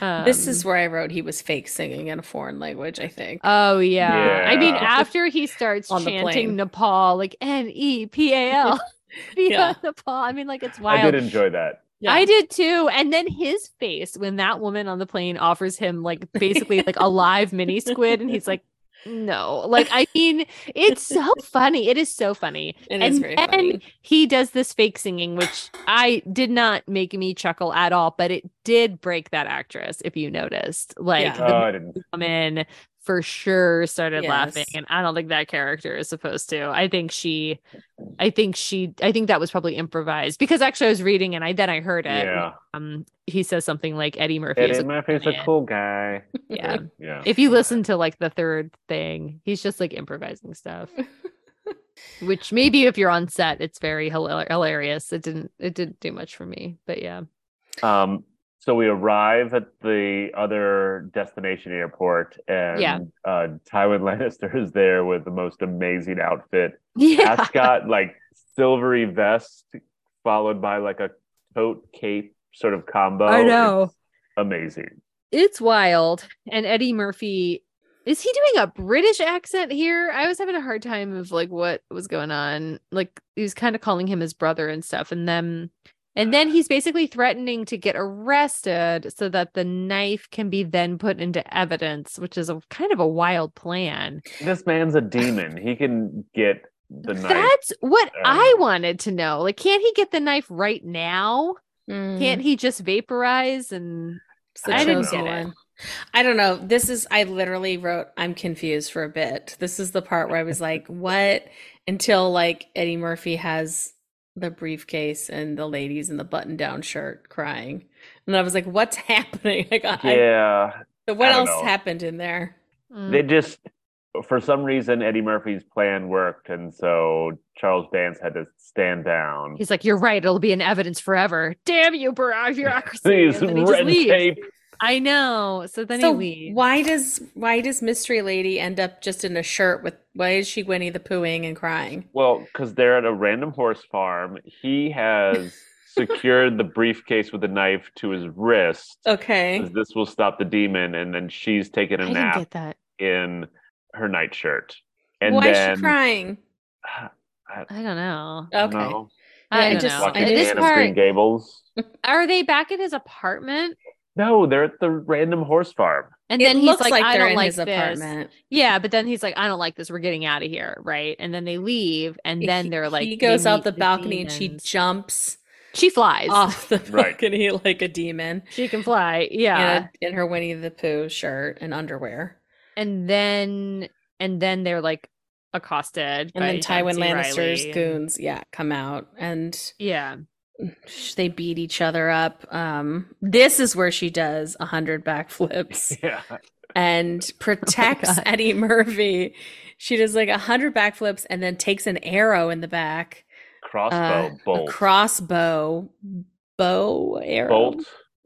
D: this is
B: Um,
D: where I wrote he was fake singing in a foreign language, I think.
B: Oh yeah. I mean,
C: Yeah.
B: after he starts
D: On the plane.
B: chanting Nepal, like N E P A L,
D: Yeah.
B: yeah, Nepal. I mean, like it's wild.
C: I did enjoy that.
B: I did too. And then his face when that woman on the plane offers him like basically like a live mini squid and he's like no. Like I mean, it's so funny. It is so funny.
D: It
B: and
D: is very
B: then
D: funny.
B: he does this fake singing which I did not make me chuckle at all, but it did break that actress if you noticed. Like
D: Yeah.
B: the
C: Oh, I didn't.
B: woman for sure started laughing
D: Yes.
B: and i don't think that character is supposed to i think she i think she i think that was probably improvised because actually i was reading and i then i heard it
C: Yeah,
B: um he says something like eddie murphy is
C: Eddie
B: a-
C: Murphy's a
B: man.
C: cool guy.
B: yeah
C: yeah.
B: if you listen to like the third thing he's just like improvising stuff which maybe if you're on set it's very hila- hilarious it didn't it didn't do much for me but yeah
C: Um, so we arrive at the other destination airport, and
B: Yeah.
C: uh, Tywin Lannister is there with the most amazing outfit.
B: yeah
C: Ascot, like silvery vest, followed by like a coat cape sort of combo.
B: i know
C: It's amazing.
B: it's wild. And Eddie Murphy is he doing a British accent here? I was having a hard time of like what was going on. Like he was kind of calling him his brother and stuff, and then and then he's basically threatening to get arrested so that the knife can be then put into evidence, which is a kind of a wild plan.
C: This man's a demon. He can get the knife.
B: That's what
C: Um,
B: I wanted to know. Like, can't he get the knife right now?
D: Hmm.
B: Can't he just vaporize and I
C: didn't
D: chosen
C: get
B: it.
D: I don't know. This is I literally wrote I'm confused for a bit. This is the part where I was like, what? Until like Eddie Murphy has the briefcase and the ladies in the button down shirt crying. And I was like, what's happening? Like, I-
C: Yeah,
D: what
C: I don't
D: else
C: know.
D: happened in there?
B: Mm.
C: they just for some reason Eddie Murphy's plan worked, and so Charles Dance had to stand down.
B: He's like, "You're right. It'll be in evidence forever." Damn you, bureau- bureaucracy!
C: Please,
B: And then he just
C: red
B: leaves.
C: tape.
B: I know. So then
D: so
B: he leaves.
D: why does why does mystery lady end up just in a shirt with why is she winnie the poohing and crying
C: Well, because they're at a random horse farm. He has secured the briefcase with a knife to his wrist.
D: okay
C: 'cause This will stop the demon, and then she's taking
B: I
C: a
B: didn't
C: nap
B: get that.
C: in her nightshirt. And
D: why
C: then
D: is she crying
B: I don't know.
C: I
D: okay
C: don't know,
B: I
D: it
B: don't
D: just-
B: know.
C: watching
D: it
B: At
D: is
B: this
C: Anne of Green
B: part,
C: Gables.
B: are they back at his apartment?
C: No, they're at the random horse farm.
B: And
D: It
B: then he's
D: looks
B: like, I
D: they're
B: don't
D: in
B: like
D: his
B: this. Yeah, but then he's like, I don't like this. We're getting out of here, right? And then they leave, and then
D: He-
B: they're like,
D: he
B: they
D: goes out
B: meet
D: the balcony and she
B: demons.
D: jumps
B: she flies.
D: off the
C: Right.
D: balcony like a demon
B: She can fly,
D: in,
B: yeah.
D: a- in her Winnie the Pooh shirt and underwear.
B: And then and then they're like accosted,
D: And then
B: by
D: Tywin
B: Nancy
D: Lannister's
B: Reilly and-
D: goons, yeah, come out and
B: Yeah,
D: they beat each other up. Um, this is where she does a hundred backflips.
C: Yeah.
D: and protects
B: Oh God.
D: Eddie Murphy. She does like a hundred backflips and then takes an arrow in the back,
C: Crossbow
D: uh, a
C: bolt.
D: crossbow, bow arrow.
C: bolt.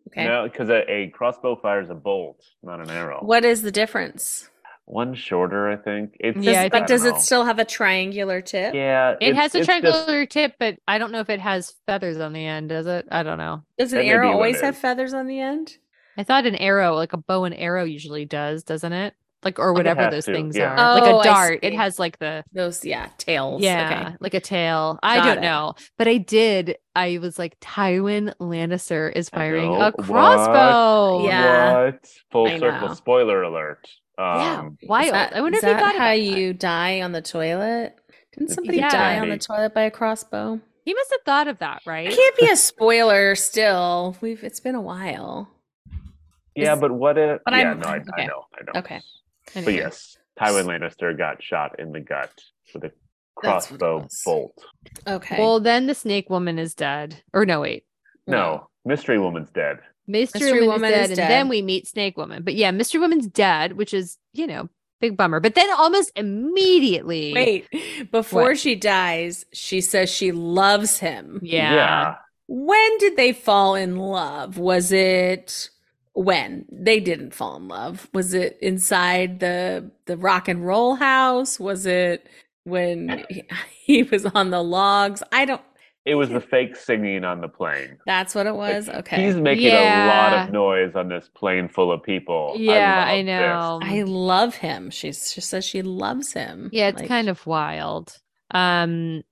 D: Okay,
C: No, because a, a crossbow fires a bolt, not an arrow.
D: what is the difference?
C: One shorter, I think. It's
B: Yeah,
D: Does,
B: I
D: like,
B: think-
D: does
C: I don't
D: it
C: know.
D: still have a triangular tip?
C: Yeah.
B: it
C: it's-
B: has a
C: it's just-
B: triangular tip, but I don't know if it has feathers on the end. Does it? I don't know.
D: Does
C: That
D: an
C: may be
D: arrow
C: what it
D: always have
C: is.
D: feathers on the end?
B: I thought an arrow, like a bow and arrow, usually does, doesn't it? Like or whatever
C: has
B: those
C: to,
B: things
C: yeah.
B: are, like
D: Oh,
B: a
D: I
B: dart. It
D: see.
B: has like the
D: Those, yeah, tails.
B: Yeah,
D: Okay.
B: like a tail. I
D: Got
B: don't
D: it.
B: know, but I did. I was like, Tywin Lannister is
C: I
B: firing
C: know.
B: a
C: What?
B: crossbow.
D: Yeah.
C: What? Full
D: I
C: circle.
D: know.
C: Spoiler alert.
B: Yeah.
C: Um,
B: Wild.
D: Is that-
B: I wonder
D: is
B: if he
D: that
B: thought
D: how
B: about that.
D: you die on the toilet. Didn't
C: It's
D: somebody
B: Yeah.
D: die on the
C: insanity.
D: toilet by a crossbow?
B: He must have thought of that, right?
D: It can't be a spoiler. Still, we've it's been a while.
C: yeah,
D: Is-
C: but what if?
D: but
C: yeah,
D: I'm-
C: no, I, I
D: okay.
C: know, I know.
D: Okay.
C: But
B: Anyway.
C: yes, Tywin Lannister got shot in the gut with a
D: That's what it
C: crossbow
D: was.
C: bolt.
D: Okay.
B: Well, then the snake woman is dead. Or no, wait.
C: No, Mystery Woman's dead.
B: Mystery,
D: Mystery
B: Woman,
D: Woman
B: is dead,
D: is
B: and then
D: dead.
B: we meet Snake Woman. But yeah, Mystery Woman's dead, which is, you know, big bummer. But then almost immediately.
D: Wait, before
B: What?
D: she dies, she says she loves him.
B: Yeah.
D: When did they fall in love? Was it when they didn't fall in love? Was it inside the the rock and roll house? Was it when he, he was on the logs? I don't.
C: It was the fake singing on the plane.
D: That's what it
C: Like,
D: was. Okay.
C: He's making a lot
B: Yeah.
C: of noise on this plane full of people.
B: Yeah, I,
C: love this.
B: know.
D: I love him. She's, she says she loves him.
B: Yeah, it's
D: Like,
B: kind of wild. Um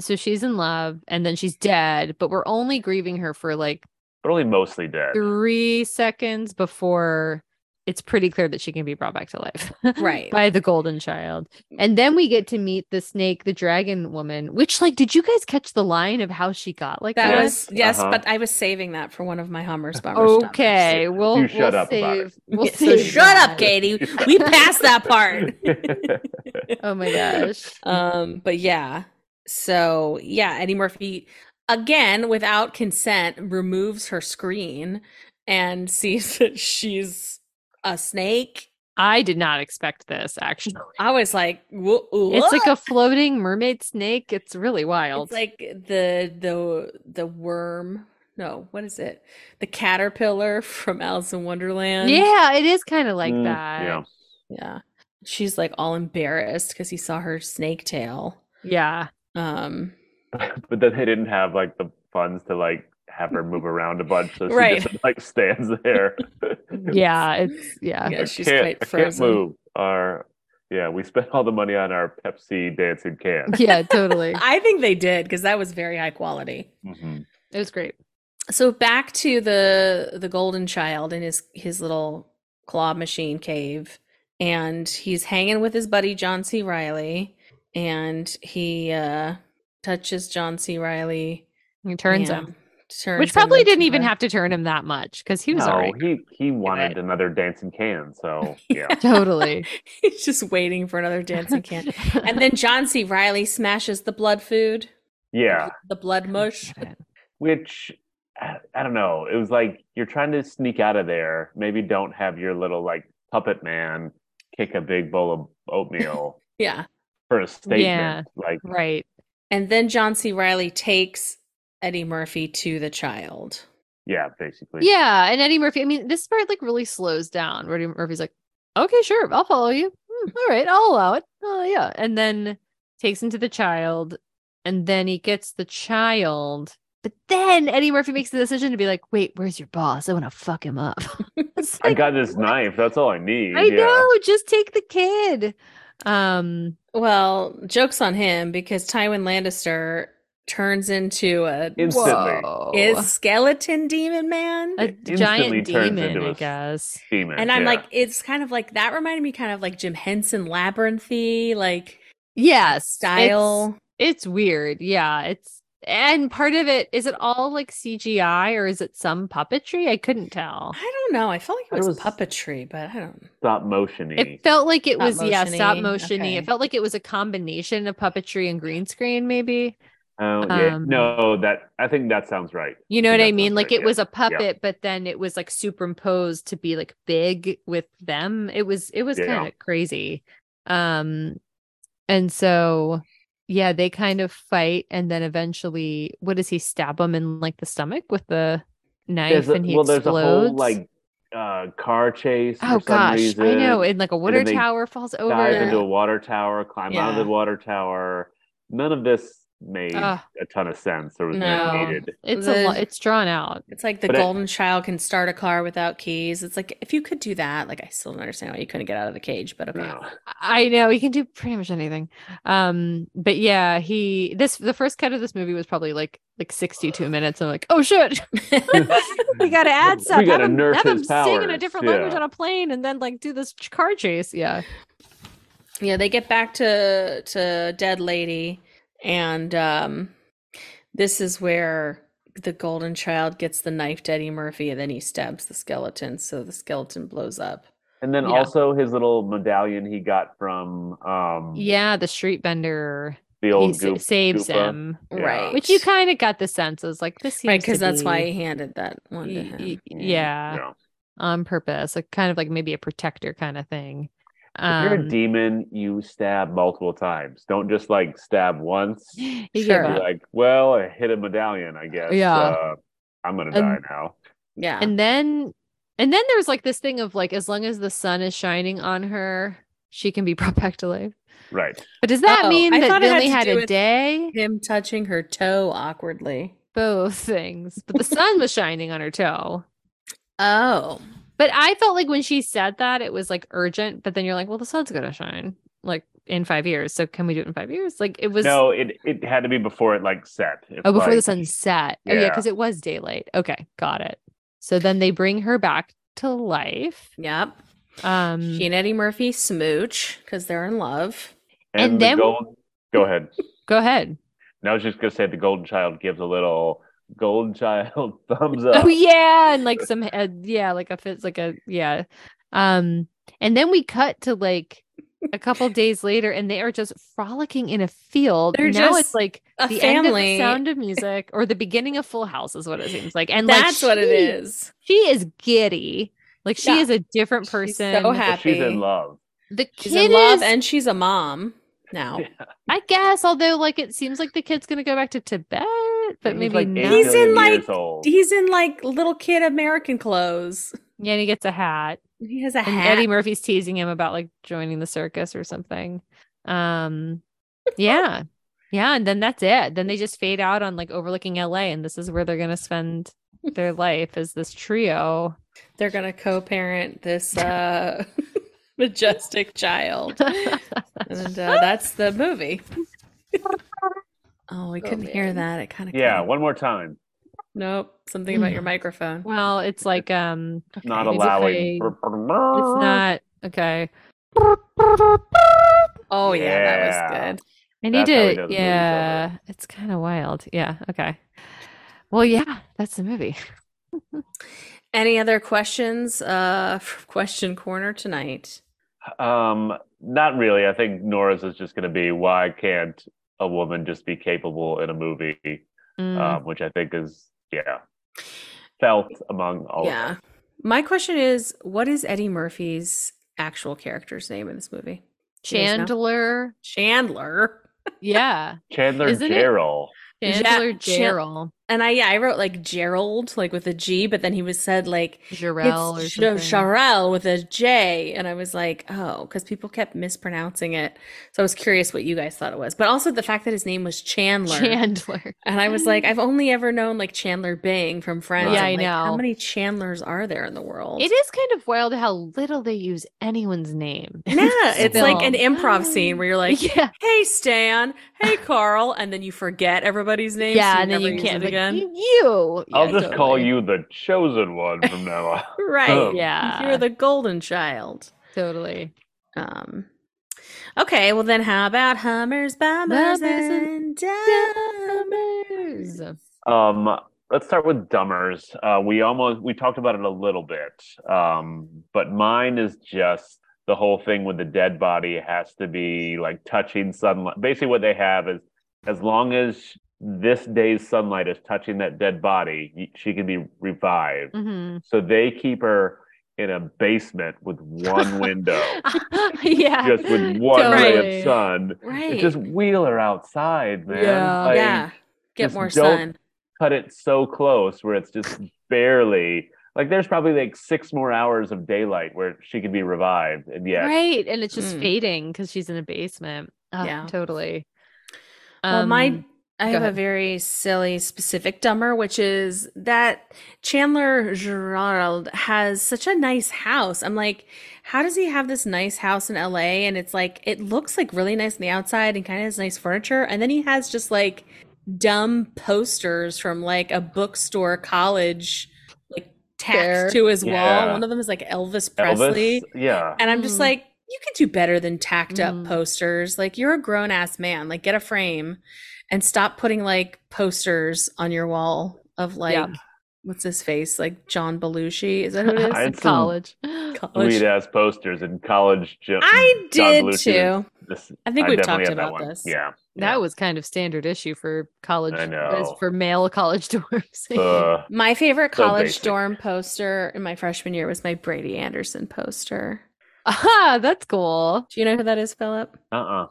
B: so she's in love and then she's dead, but we're only grieving her for like
C: But only mostly dead.
B: 3 seconds before it's pretty clear that she can be brought back to life.
D: Right.
B: By the golden child. And then we get to meet the snake, the dragon woman, which like did you guys catch the line of how she got like
D: That
B: that?
D: was yes,
C: uh-huh.
D: but I was saving that for one of my Hummers. Bummers, Dummers.
B: Okay, we'll
C: You shut
B: we'll
C: up about it.
B: save. We'll
D: Yeah, so
B: save
D: shut up,
B: that.
D: Katie. We passed that part.
B: Oh my gosh.
D: um, but yeah. So yeah, Eddie Murphy again without consent removes her screen and sees that she's a snake.
B: I did not expect this actually.
D: I was like, "Wha-
B: It's like
D: what?"
B: a floating mermaid snake. It's really wild.
D: It's like the the the worm. No, what is it? The caterpillar from Alice in Wonderland.
B: yeah, it is kind of like
C: Mm,
B: that.
C: Yeah.
B: Yeah.
D: Yeah. She's like all embarrassed because he saw her snake tail. Um,
C: But then they didn't have like the funds to like have her move around a bunch, so she
D: Right.
C: just like stands there.
B: Yeah, it's yeah.
D: yeah, she's
C: I can't,
D: quite
C: I can't
D: frozen.
C: move. Our yeah, we spent all the money on our Pepsi dancing can.
B: Yeah, totally.
D: I think they did because that was very high quality.
C: Mhm.
B: It was great.
D: So back to the the golden child in his his little claw machine cave, and he's hanging with his buddy John C. Riley, and he uh touches John C. Riley.
B: It turns
D: yeah,
B: him.
D: turns
B: Which
D: him
B: probably
D: into
B: didn't even
D: a-
B: have to turn him that much because he was
C: no,
B: already
C: he he wanted
B: it.
C: another dancing can, so yeah.
B: totally.
D: He's just waiting for another dancing can. And then John C. Riley smashes the blood food.
C: yeah.
D: The blood mush.
C: Which I I don't know. It was like you're trying to sneak out of there. Maybe don't have your little like puppet man kick a big bowl of oatmeal
D: Yeah.
C: for a statement.
B: Yeah.
C: Like
B: right.
D: And then John C. Riley takes Eddie Murphy to the child.
C: yeah, basically.
B: Yeah, and Eddie Murphy. I mean, this part like really slows down. where Eddie Murphy's like, "Okay, sure, I'll follow you. Hmm, all right, I'll allow it. Oh yeah." And then takes him to the child, and then he gets the child. But then Eddie Murphy makes the decision to be like, "Wait, where's your boss? I want to fuck him up." It's
C: I
B: like,
C: got this knife. That's all I need.
B: I
C: yeah.
B: know. Just take the kid. Um.
D: Well, joke's on him because Tywin Lannister turns into a
C: Instantly.
B: Whoa.
D: is skeleton demon man.
B: a
C: It instantly
B: giant
C: turns
B: demon,
C: into
B: I
C: a-
B: guess.
C: Demon,
D: and I'm
C: yeah.
D: like, it's kind of like that reminded me kind of like Jim Henson labyrinthy like
B: Yes, it's-
D: style.
B: It's, weird. Yeah, it's and part of it is it all like CGI or is it some puppetry? I couldn't tell.
D: I don't know. I felt like it
C: It
D: was,
C: was-
D: puppetry, but I don't.
C: stop motiony.
B: It felt like it
D: Stop
B: was yeah, stop
D: motion-y,
B: motiony.
D: okay.
B: It felt like it was a combination of puppetry and green screen, maybe.
C: Oh, yeah.
B: um,
C: no, that I think that sounds right.
B: You know what
C: That
B: I mean?
C: sounds
B: Like
C: right,
B: it
C: yeah,
B: was a puppet, but then it was like superimposed to be like big with them. It was it was
C: Yeah.
B: kind of crazy. Um and so yeah, they kind of fight and then eventually what does he stab him in like the stomach with the knife
C: There's a-
B: and he
C: well,
B: explodes?
C: there's a whole like uh, car chase. for
B: oh
C: some
B: gosh,
C: reason.
B: I know. In like a water
C: then they
B: tower falls over.
C: dive
D: Yeah.
C: into a water tower, climb out
D: Yeah.
C: of the water tower. None of this made
B: Ugh.
C: a ton of sense or was
D: No.
C: needed.
B: It's
D: The-
B: a lot it's drawn out.
D: It's like the
C: But it-
D: golden child can start a car without keys. It's like if you could do that, like I still don't understand why you couldn't get out of the cage, but okay.
C: No.
B: I know he can do pretty much anything. Um, but yeah, he this the first cut of this movie was probably like like 62 minutes. I'm like, oh shit, we gotta add
C: We
B: some. have
C: gotta
B: him,
C: nurse
B: have him
C: his
B: sing in a
C: powers,
B: different language
C: yeah.
B: on a plane and then like do this ch- car chase. Yeah.
D: yeah, they get back to to dead lady, and um, this is where the golden child gets the knife to Eddie Murphy, and then he stabs the skeleton, so the skeleton blows up.
C: And then
B: Yeah.
C: also his little medallion he got from um,
B: Yeah, the street bender
C: the
B: he
C: old
B: sa-
C: goop,
B: saves
C: Goopa.
B: him.
C: Yeah.
D: Right,
B: Which you kind of got the sense. I was like, this seems
D: right because
B: to
D: that's why
B: be-
D: he handed that one to
B: y-
D: him.
B: y-
D: Yeah.
B: yeah,
C: Yeah.
B: on purpose. Like kind of like maybe a protector kind of thing.
C: If you're a
B: Um,
C: demon, you stab multiple times. Don't just like stab once. Be
B: he gave
D: Sure.
B: up.
C: like, well, I hit a medallion, I guess.
B: Yeah.
C: Uh, I'm gonna die
B: And-
C: now.
D: yeah.
B: and then and then there's like this thing of like as long as the sun is shining on her she can be brought back to life
C: Right.
B: but does that
D: Uh-oh,
B: mean
D: I
B: that
D: thought
B: they
D: it had
B: only
D: to
B: had
D: do
B: a
D: with-
B: day
D: him touching her toe awkwardly.
B: both things but the sun was shining on her toe
D: Oh,
B: but i felt like when she said that it was like urgent but then you're like well the sun's gonna shine like in five years so can we do it in five years like it was
C: no, it it had to be before it like set. It's
B: oh before the
C: like-
B: sun set oh yeah
C: Yeah.
B: because it was daylight okay got it so then they bring her back to life
D: yep.
B: um
D: She and Eddie Murphy smooch because they're in love.
B: and
C: And, the
B: then-
C: gold, go ahead.
B: go ahead
C: And I was just gonna say the golden child gives a little golden child thumbs up.
B: Oh yeah, and like some uh, yeah, like a fits like a yeah. Um and then we cut to like a couple days later and they are just frolicking in a field.
D: They're
B: now
D: just
B: it's like
D: A
B: the
D: family.
B: end of the sound of music or the beginning of Full House is what it seems like. And like,
D: That's what it
B: she-
D: is.
B: She is giddy. Like she
D: Yeah.
B: is a different
D: She's
B: person.
D: so
C: Well,
D: happy.
C: She's in love.
B: The
D: She's
B: kid
D: in love
B: is,
D: and she's a mom
B: Oh,
D: now.
B: I guess, although like it seems like the kid's gonna go back to Tibet, but
C: He's
B: maybe
C: like eight
B: not.
D: He's in,
C: billion
D: like,
C: years old.
D: He's in like little kid American clothes.
B: Yeah, and he gets a hat.
D: He has a
B: and
D: hat.
B: Eddie Murphy's teasing him about like joining the circus or something. Um, yeah, yeah, and then that's it. Then they just fade out on like overlooking LA, and this is where they're gonna spend their life as this trio.
D: They're gonna co-parent this uh majestic child. and uh, that's the movie. oh, we couldn't hear
B: man.
D: that. It kind of
C: yeah, one more time.
D: Nope. Something about your microphone.
B: well, it's like um,
C: Not
B: Maybe
C: allowing.
B: if it's not okay.
D: Oh yeah,
C: Yeah.
D: that was
B: I need
C: That's how he does
B: to.
C: movies over.
B: Yeah, it's kind of wild. Yeah. Okay. Well, yeah, that's the movie.
D: good. Any other questions uh for question corner tonight?
C: Um, not really. I think Nora's is just going to be why can't a woman just be capable in a movie?
B: Mm.
C: Um, which I think is yeah felt among all. of
D: yeah.
C: us.
D: My question is what is Eddie Murphy's actual character's name in this movie? Do you guys know?
B: Chandler.
D: Chandler.
B: Yeah.
C: Chandler
B: Isn't it-
C: Jarrell.
D: Ja-
B: Chandler
D: Chan-
B: Jarrell.
D: and I yeah, I wrote like Gerald, like with a G, but then he was said like
B: Jarell or
D: it's no
B: something.
D: Charel with a J, and I was like, oh, because people kept mispronouncing it. So I was curious what you guys thought it was, but also the fact that his name was Chandler,
B: Chandler.
D: and I was like, I've only ever known like Chandler Bing from Friends.
B: Yeah,
D: I'm
B: I
D: like, How
B: know.
D: many Chandlers are there in the world?
B: It is kind of wild how little they use anyone's name. in
D: Yeah,
B: this
D: it's like an
B: film.
D: improv scene where you're like,
B: yeah,
D: "Hey Stan, hey Carl," and then you forget everybody's name. so
B: yeah, and then
D: never
B: you
D: use
B: can't
D: it
B: like,
D: again.
B: "You- You.
C: I'll
B: Yeah,
C: just call
B: totally.
C: you the chosen one from now on.
D: right?
C: Oh.
B: Yeah.
D: you're the golden child.
B: Totally.
D: Um. Okay, well then, how about Hummers,
B: Bummers
D: Bummers,
B: and
D: and Dummers?
C: Um, let's start with dummers. Uh, we almost we talked about it a little bit, um, but mine is just the whole thing with the dead body has to be like touching sunlight. Basically, what they have is as long as this day's sunlight is touching that dead body, y- she can be revived.
B: Mhm.
C: So they keep her in a basement with one window,
B: yeah.
C: just with one ray
B: Totally.
C: of sun.
D: Right?
C: Just wheel her outside, man.
B: Yeah.
C: Like,
D: yeah, get
C: just
D: more
C: don't-
D: sun.
C: cut it so close where it's just barely like there's probably like six more hours of daylight where she could be revived and yeah
B: Right. And it's just
D: Mm.
B: fading because she's in a basement. Ah,
D: Yeah.
B: Totally.
D: well, my
B: Um,
D: I
B: go
D: have a
B: ahead.
D: very silly specific dumber, which is that Chandler Gerard has such a nice house. I'm like, how does he have this nice house in LA? And it's like it looks like really nice on the outside and kind of has nice furniture, and then he has just like dumb posters from like a bookstore college like tacked
B: Fair.
D: to his wall.
C: Yeah.
D: One of them is like Elvis
C: Elvis,
D: Presley.
C: yeah
D: And I'm just
B: Mm.
D: like, you could do better than tacked up
B: Mm.
D: posters. Like, you're a grown ass man. Like, get a frame and stop putting like posters on your wall of like,
B: Yeah.
D: what's his face? Like, John Belushi. Is that who it
C: I
D: is?
C: had
B: in
C: some
B: Um, college.
D: College.
C: sweet ass posters in college gym
D: I
C: John
D: did
C: Belushi's-
D: too.
C: this,
D: I think we've
C: definitely
D: talked
C: had that
D: about
C: one.
D: this.
C: yeah yeah.
B: That was kind of standard issue for college,
C: I
B: as
C: know.
B: for male college dorms.
C: uh,
D: My favorite
C: So
D: college
C: basic.
D: dorm poster in my freshman year was my Brady Anderson poster.
B: ah, that's cool.
D: Do you know who that is, Philip?
C: uh-uh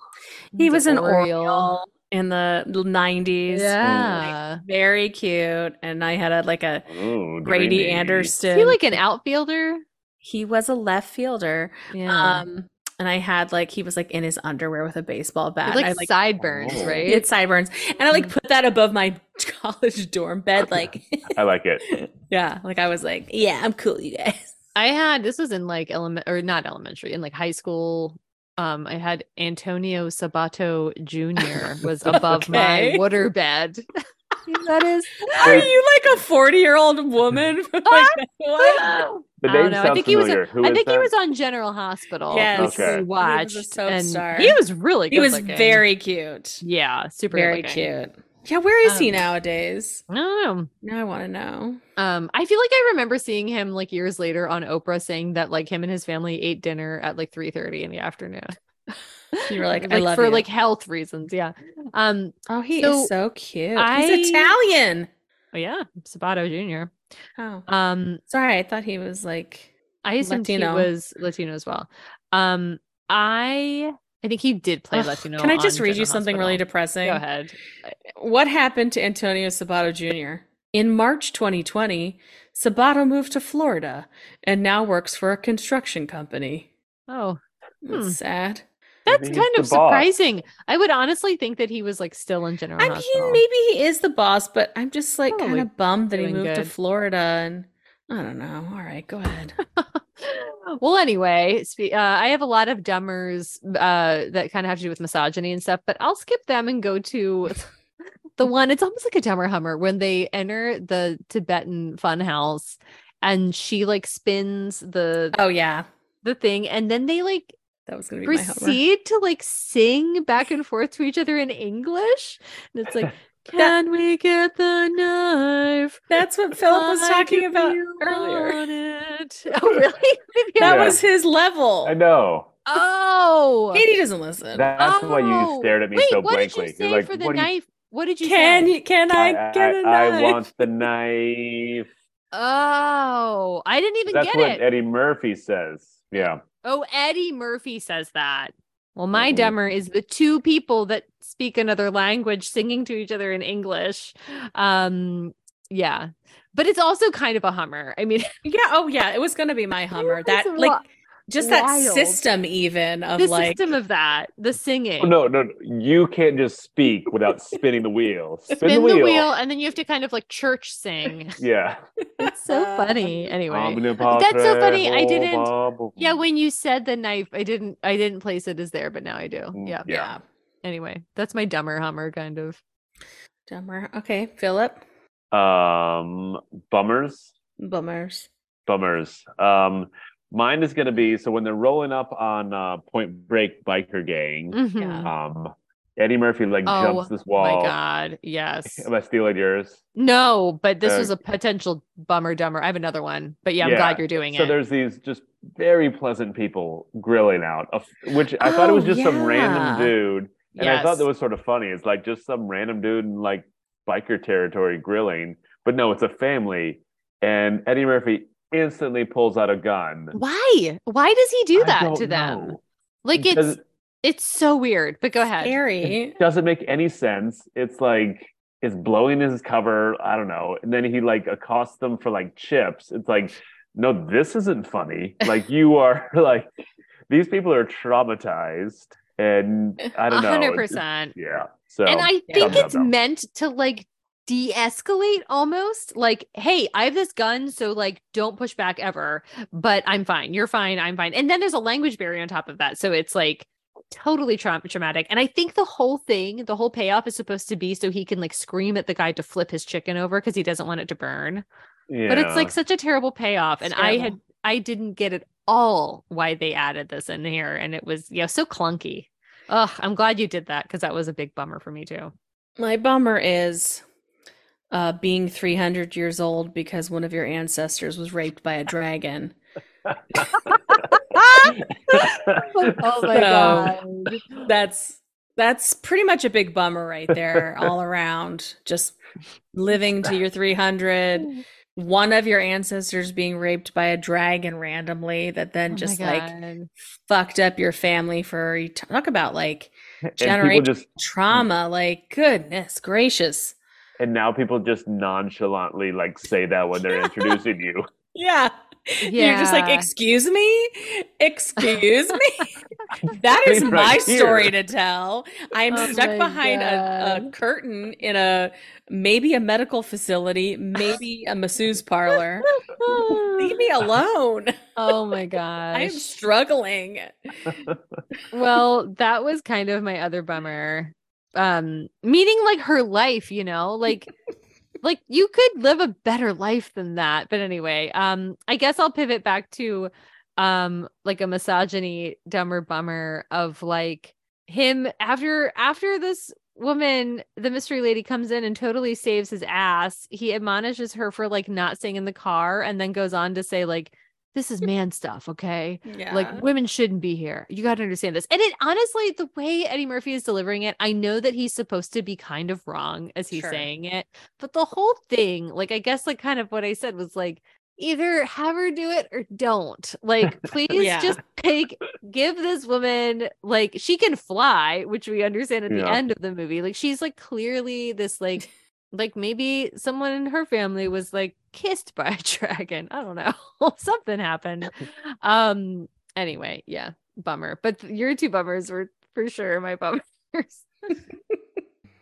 D: He
B: He's
D: was an
B: Oriole.
D: Oriole in the 90s.
B: Yeah.
D: Very cute. And I had a like a
C: Ooh,
D: Brady
C: dreamy.
B: Is
D: Anderson.
B: he like an outfielder?
D: he was a left fielder.
B: Yeah.
D: Um, and I had like he was like in his underwear with a baseball bat.
B: With,
D: I,
B: like
D: like
B: sideburns,
C: Oh.
B: right?
D: he had sideburns, and I like
B: Mhm.
D: put that above my college dorm bed. Like,
C: i like it
D: yeah, like I was like, yeah, I'm cool, you guys.
B: I had this was in like element or not elementary in like high school. Um, I had Antonio Sabato Jr. was above
D: Okay.
B: my water bed. You know who that is.
D: Are you like a forty year old woman? From, like, what?
C: the
B: I don't
C: name
B: know. I
C: sounds
B: think he was a-
C: familiar who
B: I
C: is
B: think he
C: that?
B: was on General Hospital.
D: Yes.
B: which
C: Okay. He
B: we
D: was a
B: watched.
D: soap
B: and
D: star.
B: He was really. Good
D: He was
B: looking.
D: very cute,
B: yeah, super
D: very
B: good looking.
D: cute. Yeah, where is he
B: Um,
D: nowadays?
B: I don't know.
D: Now I want to know.
B: Um, I feel like I remember seeing him like years later on Oprah saying that like him and his family ate dinner at like three thirty in the afternoon.
D: You were like, I love
B: for
D: you.
B: like health reasons. Yeah. Um,
D: Oh, he is
B: so
D: so cute.
B: I-
D: He's Italian.
B: Oh yeah, Sabato Jr.
D: Oh,
B: Um,
D: sorry, I thought he was like.
B: I assumed
D: Latino.
B: he was Latino as well. Um, I I think he did play
D: Ugh,
B: Latino.
D: Can I just
B: on
D: read you
B: General
D: something really
B: Hospital.
D: depressing?
B: Go ahead.
D: What happened to Antonio Sabato Jr.? In March 2020, Sabato moved to Florida and now works for a construction company.
B: Oh,
D: That's
B: Hmm.
D: sad.
B: that's
C: he's
B: kind
C: the
B: of
C: boss.
B: surprising. I would honestly think that he was like still in General
D: I mean,
B: Hospital.
D: maybe he is the boss, but I'm just like
B: Probably
D: kind of bummed that he
B: doing
D: moved to
B: good.
D: Florida and I don't know. All right, go ahead.
B: well, anyway, spe- uh, I have a lot of dumbers uh, that kind of have to do with misogyny and stuff, but I'll skip them and go to the one. It's almost like a dumber hummer when they enter the Tibetan fun house and she like spins the
D: Oh, yeah.
B: the thing and then they like
D: That was going to be my homework.
B: proceed to like sing back and forth to each other in English. And it's like,
D: That-
B: can we get the knife?
D: That's what Philip was
B: I
D: talking
B: give
D: about
B: you
D: earlier.
B: on it." Oh, really? Maybe I
D: That
C: Yeah.
D: was his level.
C: i know
B: Oh,
D: Katie doesn't listen.
C: that's why you
B: Oh.
C: stared at me
B: Wait,
C: so
B: what
C: blankly
B: Did you
C: you're
B: say
C: like
B: for the
C: what do you
B: knife? What did you
D: Can
B: say?
D: you, can I, get a
C: I,
D: knife?
C: I want the knife.
B: Oh, I didn't even
C: That's
B: get
C: what
B: it.
C: Eddie Murphy says. Yeah.
B: oh, Eddie Murphy says that. Well,
C: Mm-hmm.
B: my Demmer is the two people that speak another language singing to each other in English. Um, yeah, but it's also kind of a hummer. I mean,
D: Yeah. Oh, yeah. It was gonna be my Hummer.
B: was
D: That
B: wi-
D: like just that
B: wild.
D: system even of
B: the
D: like
B: system of that, the singing.
C: Oh, No, no, no, you can't just speak without spinning the wheel. Spin,
B: Spin
C: the, wheel.
B: and then you have to kind of like church sing.
C: Yeah.
B: It's so funny. Anyway,
C: Omnipatre
B: so funny, I didn't-
C: homobobble.
B: yeah, when you said the knife, I didn't, I didn't place it as there, but now I do.
C: Mm,
B: Yeah.
C: yeah.
D: yeah.
B: Anyway, that's my dumber hummer kind of.
D: Dumber. Okay, Philip.
C: Um, bummers.
D: Bummers.
C: Bummers. Um, mine is going to be so when they're rolling up on uh, Point Break biker gang.
B: Mhm.
D: Yeah.
C: Um, Eddie Murphy like
B: Oh,
C: jumps this
B: My
C: wall.
B: God. Yes.
C: Am I stealing yours?
B: No, but this
C: Uh,
B: was a potential bummer dumber. I have another one, but yeah, I'm
C: Yeah.
B: glad you're doing
C: So
B: it.
C: there's these just very pleasant people grilling out, of- which I thought it was
D: Oh,
C: just some random
D: yeah.
C: dude, and I
B: Yes.
C: thought that was sort of funny. It's like just some random dude in like biker territory grilling, but no, it's a family, and Eddie Murphy instantly pulls out a gun.
B: Why? Why does he do
C: I
B: that
C: don't
B: to them?
C: know.
B: Like
C: It
B: it's
C: doesn't-
B: it's so weird. But go ahead.
D: Harry.
C: doesn't make any sense. It's like it's blowing his cover. I don't know. And then he like accosts them for like chips. It's like, no, this isn't funny. Like you are like these people are traumatized, and I don't know.
B: hundred
C: It's-
B: percent.
C: Yeah. So
B: and I
D: Yeah.
B: think
C: Dum-dum
B: it's
C: dum.
B: meant to like de-escalate almost. Like, hey, I have this gun, so like don't push back ever. But I'm fine. You're fine. I'm fine. And then there's a language barrier on top of that. So it's like totally trau- traumatic. And I think the whole thing, the whole payoff is supposed to be so he can like scream at the guy to flip his chicken over because he doesn't want it to burn. But
C: yeah.
B: it's like such a terrible payoff. And I
D: Terrible.
B: had I didn't get at all why they added this in here. And it was yeah, so clunky. Ugh, I'm glad you did that because that was a big bummer for me too.
D: My bummer is uh, being 300 years old because one of your ancestors was raped by a dragon.
B: oh
D: my God. That's that's pretty much a big bummer right there all around. Just living to your 300, one of your ancestors being raped by a dragon randomly that
B: "Oh
D: then just like fucked up your family for e-, talk about like
C: and people
D: generate-
C: just
D: trauma, like goodness gracious.
C: and now people just nonchalantly like say that when they're introducing you.
D: Yeah. You're just like,
B: Yeah.
D: excuse me? Excuse me? that is
C: Right
D: my
C: here.
D: story to tell. I'm
B: Oh
D: stuck
B: my
D: behind a, a
B: God.
D: curtain in a maybe a medical facility, maybe a masseuse parlor. Leave me alone.
B: oh my gosh.
D: I am struggling.
B: well, that was kind of my other bummer. Um, meaning like her life, you know, like like you could live a better life than that. But anyway, um, I guess I'll pivot back to um like a misogyny dumber bummer of like him after after this woman the mystery lady comes in and totally saves his ass he admonishes her for like not staying in the car and then goes on to say like this is man stuff okay
D: Yeah.
B: like women shouldn't be here. You got to understand this. And it honestly, the way Eddie Murphy is delivering it, I know that he's supposed to be kind of wrong as he's
D: Sure.
B: saying it, but the whole thing, like, I guess, like, kind of what I said was like, either have her do it or don't. Like, please
D: Yeah.
B: just take, give this woman, like, she can fly, which we understand at the
C: Yeah.
B: end of the movie. Like, she's like clearly this, like, like maybe someone in her family was like kissed by a dragon. I don't know. Something happened. Um, anyway, yeah, bummer. But th- your two bummers were for sure my bummers.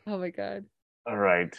B: oh my god.
C: All right.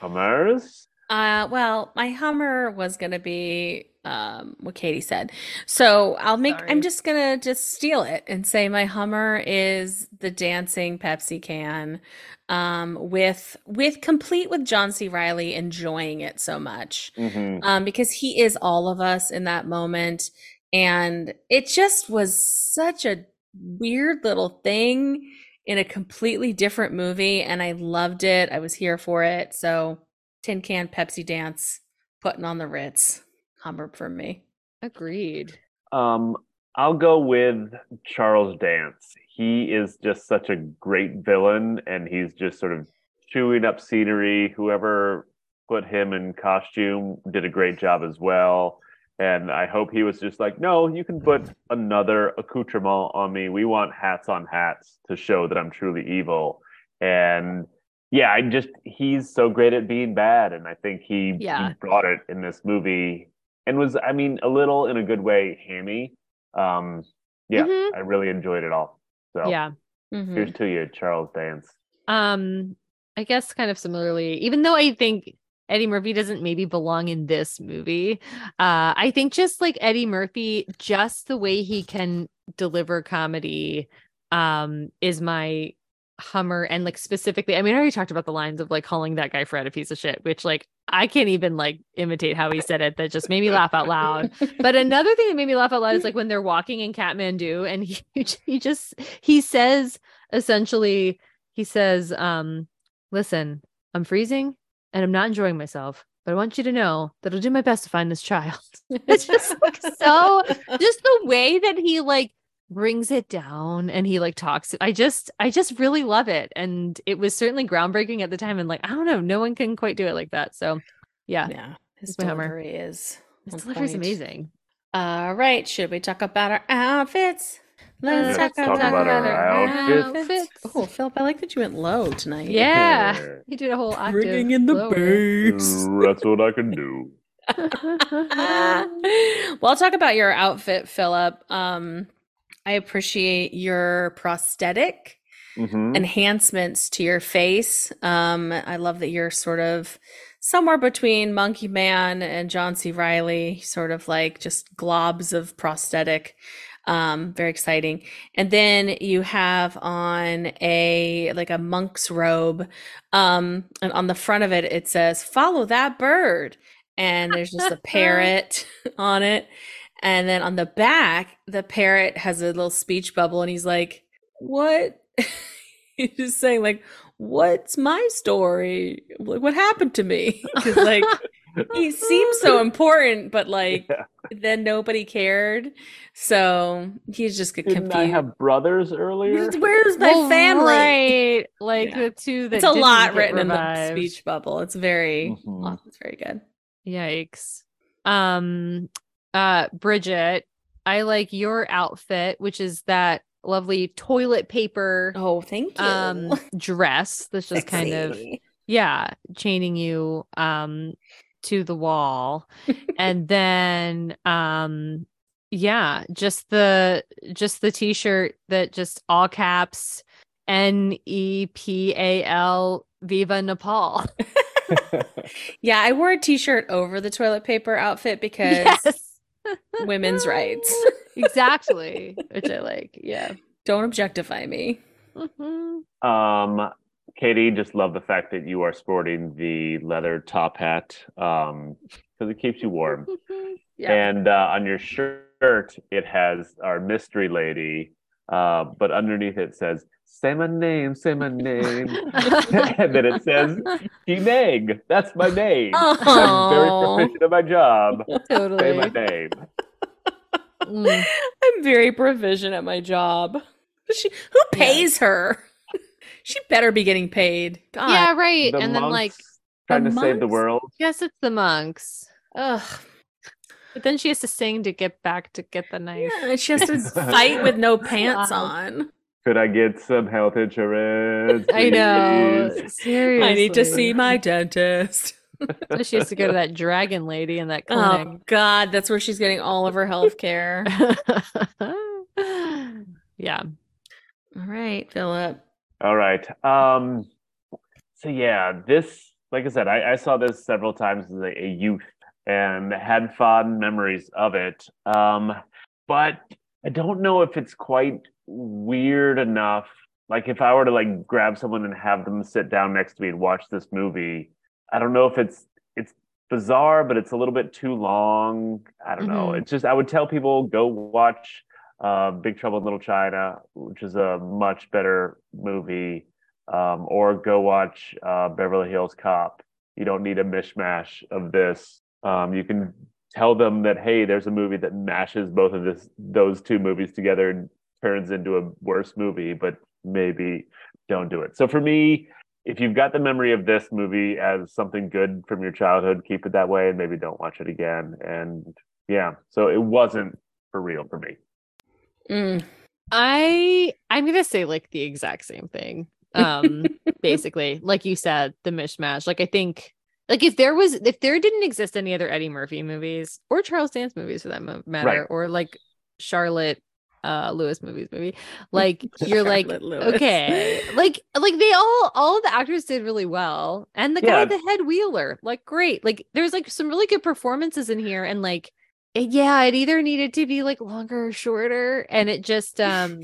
C: Hummers.
D: Uh, well, my Hummer was gonna be um what Katie said. So I'll make
B: Sorry.
D: I'm just gonna just steal it and say my Hummer is the dancing Pepsi can, um, with with complete with John C. Riley enjoying it so much
C: Mhm.
D: um, because he is all of us in that moment. And it just was such a weird little thing in a completely different movie. And I loved it. I was here for it. So, tin can Pepsi dance, putting on the Ritz. Hummer for me.
B: Agreed.
C: Um, I'll go with Charles Dance. He is just such a great villain, and he's just sort of chewing up scenery. Whoever put him in costume did a great job as well. And I hope he was just like, no, you can put another accoutrement on me. We want hats on hats to show that I'm truly evil. And yeah, I just, he's so great at being bad. And I think he,
B: Yeah.
C: he brought it in this movie and was, I mean, a little in a good way, hammy. Um, yeah,
B: Mhm.
C: I really enjoyed it all. So
B: yeah. Mm-hmm.
D: Mhm.
C: here's to you, Charles Dance.
B: Um, I guess kind of similarly, even though I think Eddie Murphy doesn't maybe belong in this movie, uh, I think just like Eddie Murphy, just the way he can deliver comedy, um, is my hummer and like specifically i mean i already talked about the lines of like calling that guy fred a piece of shit which like i can't even like imitate how he said it that just made me laugh out loud but another thing that made me laugh out loud is like when they're walking in Kathmandu and he he just he says essentially he says um listen I'm freezing and I'm not enjoying myself but I want you to know that I'll do my best to find this child it's just like so just the way that he like brings it down and he like talks I just I just really love it and it was certainly groundbreaking at the time and like I don't know no one can quite do it like that so yeah
D: yeah. His
B: It's my Hummer.
D: delivery is on
B: his delivery's
D: point.
B: amazing
D: All right, should we talk about our outfits?
B: Let's talk about our outfits.
D: Oh, Philip, I like that you went low tonight.
B: Yeah. He did a whole octave.
D: bringing in the
B: lower.
D: bass.
C: That's what I can do.
D: well, talk about your outfit, Philip. Um, I appreciate your prosthetic
C: Mhm.
D: enhancements to your face. Um, I love that you're sort of somewhere between Monkey Man and John C. Riley, sort of like just globs of prosthetic. Um, very exciting. And then you have on a like a monk's robe. Um, and on the front of it it says, Follow that bird. And there's just a parrot on it. And then on the back, the parrot has a little speech bubble and he's like, What? he's just saying, like, what's my story? Like, what happened to me? 'Cause, like he seems so important, but like
C: Yeah.
D: then nobody cared. So he's just get
C: Didn't
D: confused.
C: I have brothers earlier?
D: Where's my
B: Well,
D: family?
B: Right. Like
D: Yeah.
B: the two that
D: It's a
B: didn't
D: lot
B: get
D: written in
B: revived.
D: the speech bubble. It's very, oh,
C: Mhm.
D: it's very good.
B: Yikes. Um uh Bridget, I like your outfit, which is that lovely toilet paper
D: Oh, thank you.
B: um dress that's just kind of
D: Sexy.
B: yeah chaining you um to the wall and then um yeah just the just the t-shirt that just all caps n e p a l viva nepal
D: yeah. I wore a t-shirt over the toilet paper outfit because women's rights.
B: exactly which i like yeah
D: Don't objectify me.
B: Mhm.
C: Um, Katie, just love the fact that you are sporting the leather top hat um, because it keeps you warm.
B: mm-hmm. yeah
C: And uh, on your shirt, it has our mystery lady, uh, but underneath it says, "Say my name, say my name," and then it says, "Meg." That's my name. I'm very
D: Oh,
C: proficient at my job. Say my
B: totally
C: name.
B: Mm.
D: I'm very proficient at my job. But she, who
B: Yeah.
D: pays her? she better be getting paid. God.
B: yeah right
C: The
B: and then like
C: monks trying
D: the
C: to save the
D: monks?
C: world.
B: yes it's the monks
D: Ugh.
B: But then she has to sing to get back to get the knife.
D: Yeah, and she has to fight with no pants
B: Wow.
D: on.
C: Could I get some health insurance?
B: I know.
C: please?
B: Seriously.
D: I need to see my dentist.
B: So she has to go to that dragon lady in that
D: Oh
B: clinic.
D: God, that's where she's getting all of her health care.
B: yeah.
D: all right, Philip.
C: All right. Um, so yeah, this, like I said, I, I saw this several times as a, a youth and had fond memories of it. Um, but I don't know if it's quite weird enough. Like if I were to like grab someone and have them sit down next to me and watch this movie, I don't know if it's it's bizarre, but it's a little bit too long. I don't know.
B: Mhm.
C: It's just I would tell people go watch uh, Big Trouble in Little China, which is a much better movie, um, or go watch uh, Beverly Hills Cop. You don't need a mishmash of this. Um, you can tell them that hey, there's a movie that mashes both of this those two movies together and turns into a worse movie, but maybe don't do it. So for me, if you've got the memory of this movie as something good from your childhood, keep it that way and maybe don't watch it again. And yeah. So it wasn't for real for me.
D: Mm.
B: I I'm gonna say like the exact same thing. Um basically, like you said, the mishmash. Like I think like if there was if there didn't exist any other Eddie Murphy movies or Charles Dance movies for that mo- matter
C: Right.
B: or like Charlotte uh Lewis movies maybe like you're like
D: Charlotte Lewis.
B: okay like like they all all the actors did really well and the guy
C: Yeah.
B: the head wheeler like great like there's like some really good performances in here and like it, yeah it either needed to be like longer or shorter and it just um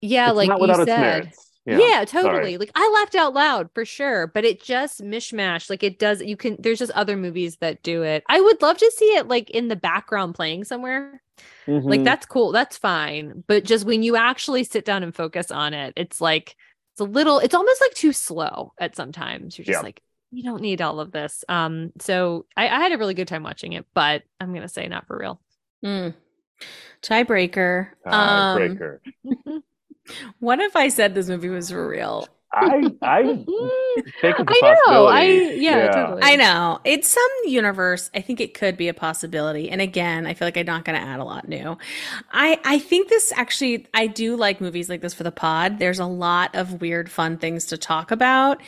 B: yeah
C: It's
B: like
C: not
B: you
C: without its
B: said
C: merits.
B: yeah, totally.
C: sorry.
B: Like I laughed out loud for sure, but it just mishmash. Like it does. You can. There's just other movies that do it. I would love to see it like in the background playing somewhere. Like
C: Mhm.
B: that's cool. That's fine. But just when you actually sit down and focus on it, it's like it's a little. It's almost like too slow at sometimes. You're just
C: Yeah.
B: like you don't need all of this. Um. So I, I had a really good time watching it, but I'm gonna say not for real.
D: Mm. Tiebreaker. Um,
C: Tiebreaker.
D: What if I said this movie was for real?
C: I I think it's a
B: I know. I yeah,
C: possibility.
B: totally.
D: I know. It's some universe. I think it could be a possibility. And again, I feel like I'm not going to add a lot new. I I think this actually I do like movies like this for the pod. There's a lot of weird fun things to talk about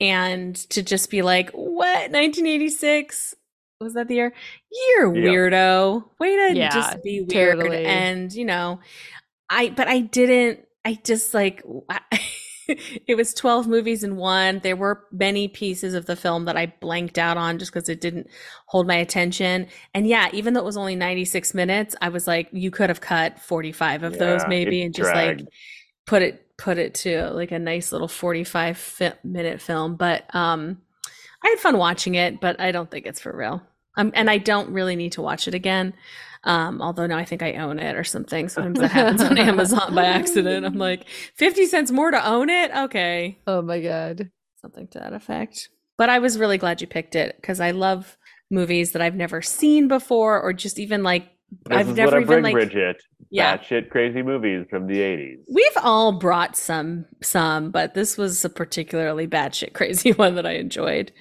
D: and to just be like, "What? 1986?" Was that the year? You're a
C: Yeah.
D: weirdo. Way to
B: Yeah,
D: just be weird
B: totally.
D: and, you know, I but I didn't I just like I- it was 12 movies in one. There were many pieces of the film that I blanked out on just cuz it didn't hold my attention. And yeah, even though it was only 96 minutes, I was like you could have cut 45 of those
C: Yeah,
D: maybe
C: it
D: and just like
C: dragged.
D: put it put it to like a nice little 45 fi- minute film, but um I had fun watching it, but I don't think it's for real. Um, and I don't really need to watch it again. Um, although now I think I own it or something. Sometimes that happens on Amazon by accident. I'm like, 50 cents more to own it? Okay.
B: Oh my god.
D: Something to that effect. But I was really glad you picked it because I love movies that I've never seen before or just even like,
C: This
D: I've
C: is
D: never
C: what I
D: even,
C: bring,
D: like-
C: Bridget.
D: yeah.
C: Batshit crazy movies from the eighties.
D: We've all brought some, some, but this was a particularly batshit crazy one that I enjoyed.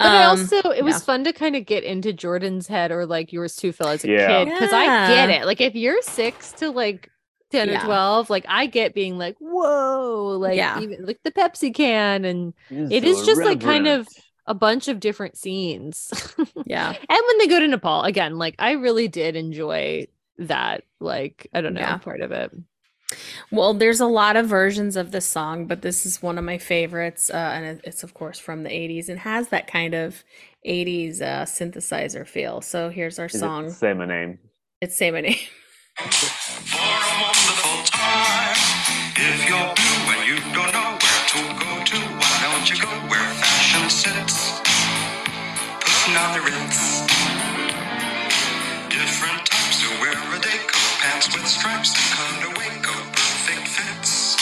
B: But I
D: Um,
B: also it was
D: yeah.
B: fun to kind of get into Jordan's head or like yours too, Phil, as a
C: Yeah.
B: kid. Because I get
D: Yeah.
B: it. Like if you're six to like ten
D: Yeah.
B: or twelve, like I get being like, whoa, like
D: Yeah.
B: even like the Pepsi can and It is just, like, kind of- a bunch of different scenes. and
D: yeah.
B: when they go to Nepal, again, like I really did enjoy that, like, I don't know,
D: Yeah.
B: part of it.
D: Well, there's a lot of versions of this song, but this is one of my favorites, uh, and it- it's of course from the '80s and has that kind of '80s uh, synthesizer feel. So here's our
C: Is
D: song.
C: It same a name.
D: It's same name.
A: for a wonderful time. If you're blue and you don't know where to go to, why don't you go where fashion sits? Putting on the Ritz. Different types who wear a day coat, pants with stripes that come to Waco, perfect fits.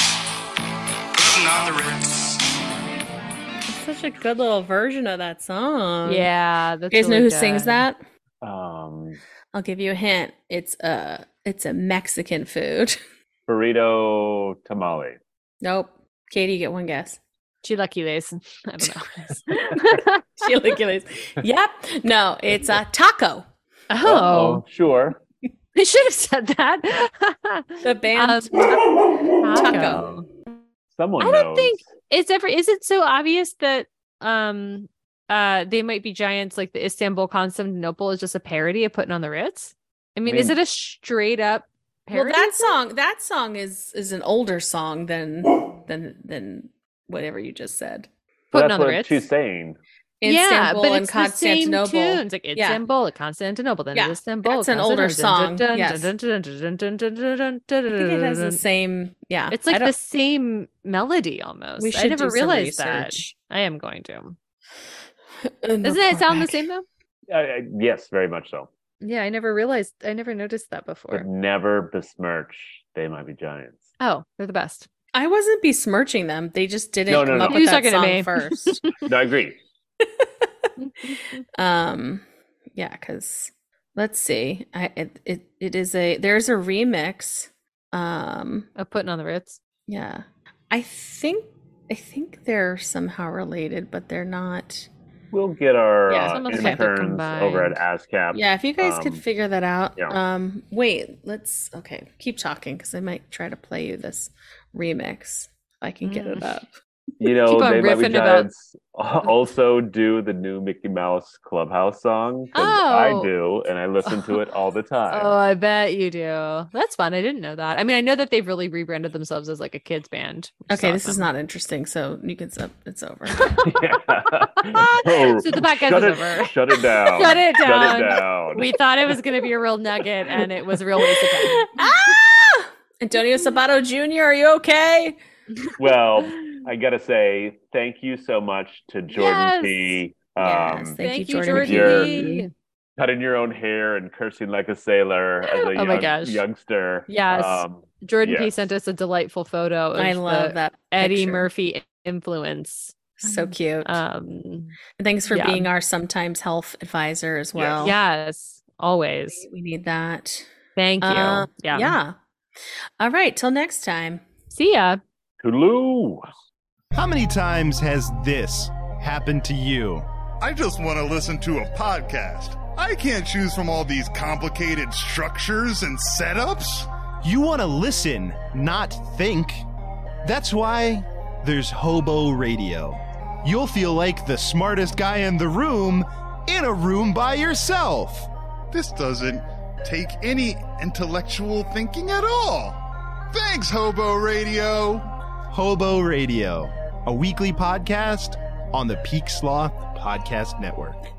A: Putting on the Ritz.
D: It's such a good little version of that song.
B: yeah. That's
D: Um, You guys know
B: really
D: who sings
B: good.
D: that?
C: Um
D: I'll give you a hint. It's a it's a Mexican food.
C: burrito tamale.
D: nope. Katie, you get one guess.
B: Chilaquiles. I don't know.
D: Chilaquiles. yep. No, it's a taco.
B: oh.
C: sure.
B: I should have said that.
D: The band
B: Um,
D: Taco.
C: Someone
B: I don't
C: knows.
B: think- Is ever is it so obvious that um uh they might be giants like the Istanbul Constantinople is just a parody of putting on the Ritz? I mean, is it
C: mean-
B: a straight up
D: Well,
B: parody?
D: that song that song is is an older song than than than whatever you just said.
C: But
B: putting
C: that's
B: on the
C: what
B: Ritz.
C: she's saying.
B: yeah,
D: Istanbul
B: but
D: and
B: it's the same
D: Constantinople.
B: tunes like
D: Yeah.
B: Istanbul, Constantinople, then
D: Yeah,
B: Istanbul.
D: that's an older
B: Constantinople,
D: song,
B: dun, dun,
D: yes.
B: dun, dun, dun, dun, dun, dun, dun,
D: I think it
B: dun,
D: has the
B: dun.
D: same. Yeah,
B: It's
D: I
B: like
D: don't-
B: the same melody almost.
D: We
B: I
D: should
B: never
D: do some
B: realized that.
D: research.
B: I am going to.
D: and
B: Doesn't it
D: report
B: sound the
D: back.
B: same though?
C: Uh, uh, yes, very much so.
B: Yeah, I never realized. I never noticed that
C: But
B: before.
C: never besmirch. They might be giants.
B: Oh, they're the best.
D: I wasn't besmirching them. They just didn't
C: No, no,
D: come
C: no.
D: up
B: You
D: with that
B: suck it at
D: song
B: me.
D: first.
C: No, I agree.
D: um, yeah, because let's see. I it, it it is a there's a remix. Um,
B: Of putting on the Ritz.
D: Yeah. I think I think they're somehow related, but they're not.
C: we'll get our
D: Yeah,
C: uh,
B: someone's got to
C: interns over at
B: combine.
C: ASCAP.
D: Yeah, if you guys could
C: Um,
D: figure that out.
C: yeah.
D: Um, wait, let's okay. Keep talking because I might try to play you this remix. If I can get it
B: Mm.
D: up.
C: You know,
B: Keep on
C: they might be
B: riffing about-
C: giants. Also, do the new Mickey Mouse Clubhouse song 'cause I
B: Oh.
C: do, and I listen to it all the time.
B: Oh, I bet you do. That's fun. I didn't know that. I mean, I know that they've really rebranded themselves as like a kids band. which
D: Okay, this is
B: awesome.
D: not interesting. So you can stop. It's over.
C: Yeah. Oh,
B: So the podcast
C: shut
B: is
C: it,
B: over.
C: Shut it down.
B: Shut it down.
C: Shut it down.
B: We thought it was going to be a real nugget, and it was a real waste of time.
D: ah! Antonio Sabato Jr., are you okay?
C: well, I gotta say, thank you so much to Jordan
B: Yes.
C: P.
D: Yes,
C: Um,
D: Thank
B: Thank
D: you,
B: you,
D: Jordan
B: Jordan.
C: Peele.
B: Peele.
C: cutting your own hair and cursing like a sailor as a
B: Oh
C: young,
B: my gosh.
C: youngster.
B: Yes.
C: Um,
B: Jordan P
C: Yes.
B: sent us a delightful photo. Of
D: I love
B: the
D: that.
B: Eddie
D: picture.
B: Murphy influence.
D: So cute.
B: Um,
D: Thanks for
B: yeah.
D: being our sometimes health advisor as well.
B: yes, always.
D: We need that.
B: Thank you.
D: Uh,
B: yeah.
D: Yeah. All right. Till next time.
B: See ya.
C: Toodaloo.
F: How many times has this happened to you?
G: I just want to listen to a podcast. I can't choose from all these complicated structures and setups.
F: You want to listen, not think. That's why there's Hobo Radio. You'll feel like the smartest guy in the room in a room by yourself.
G: This doesn't take any intellectual thinking at all. Thanks, Hobo Radio.
F: Hobo Radio, a weekly podcast on the Peak Sloth Podcast Network.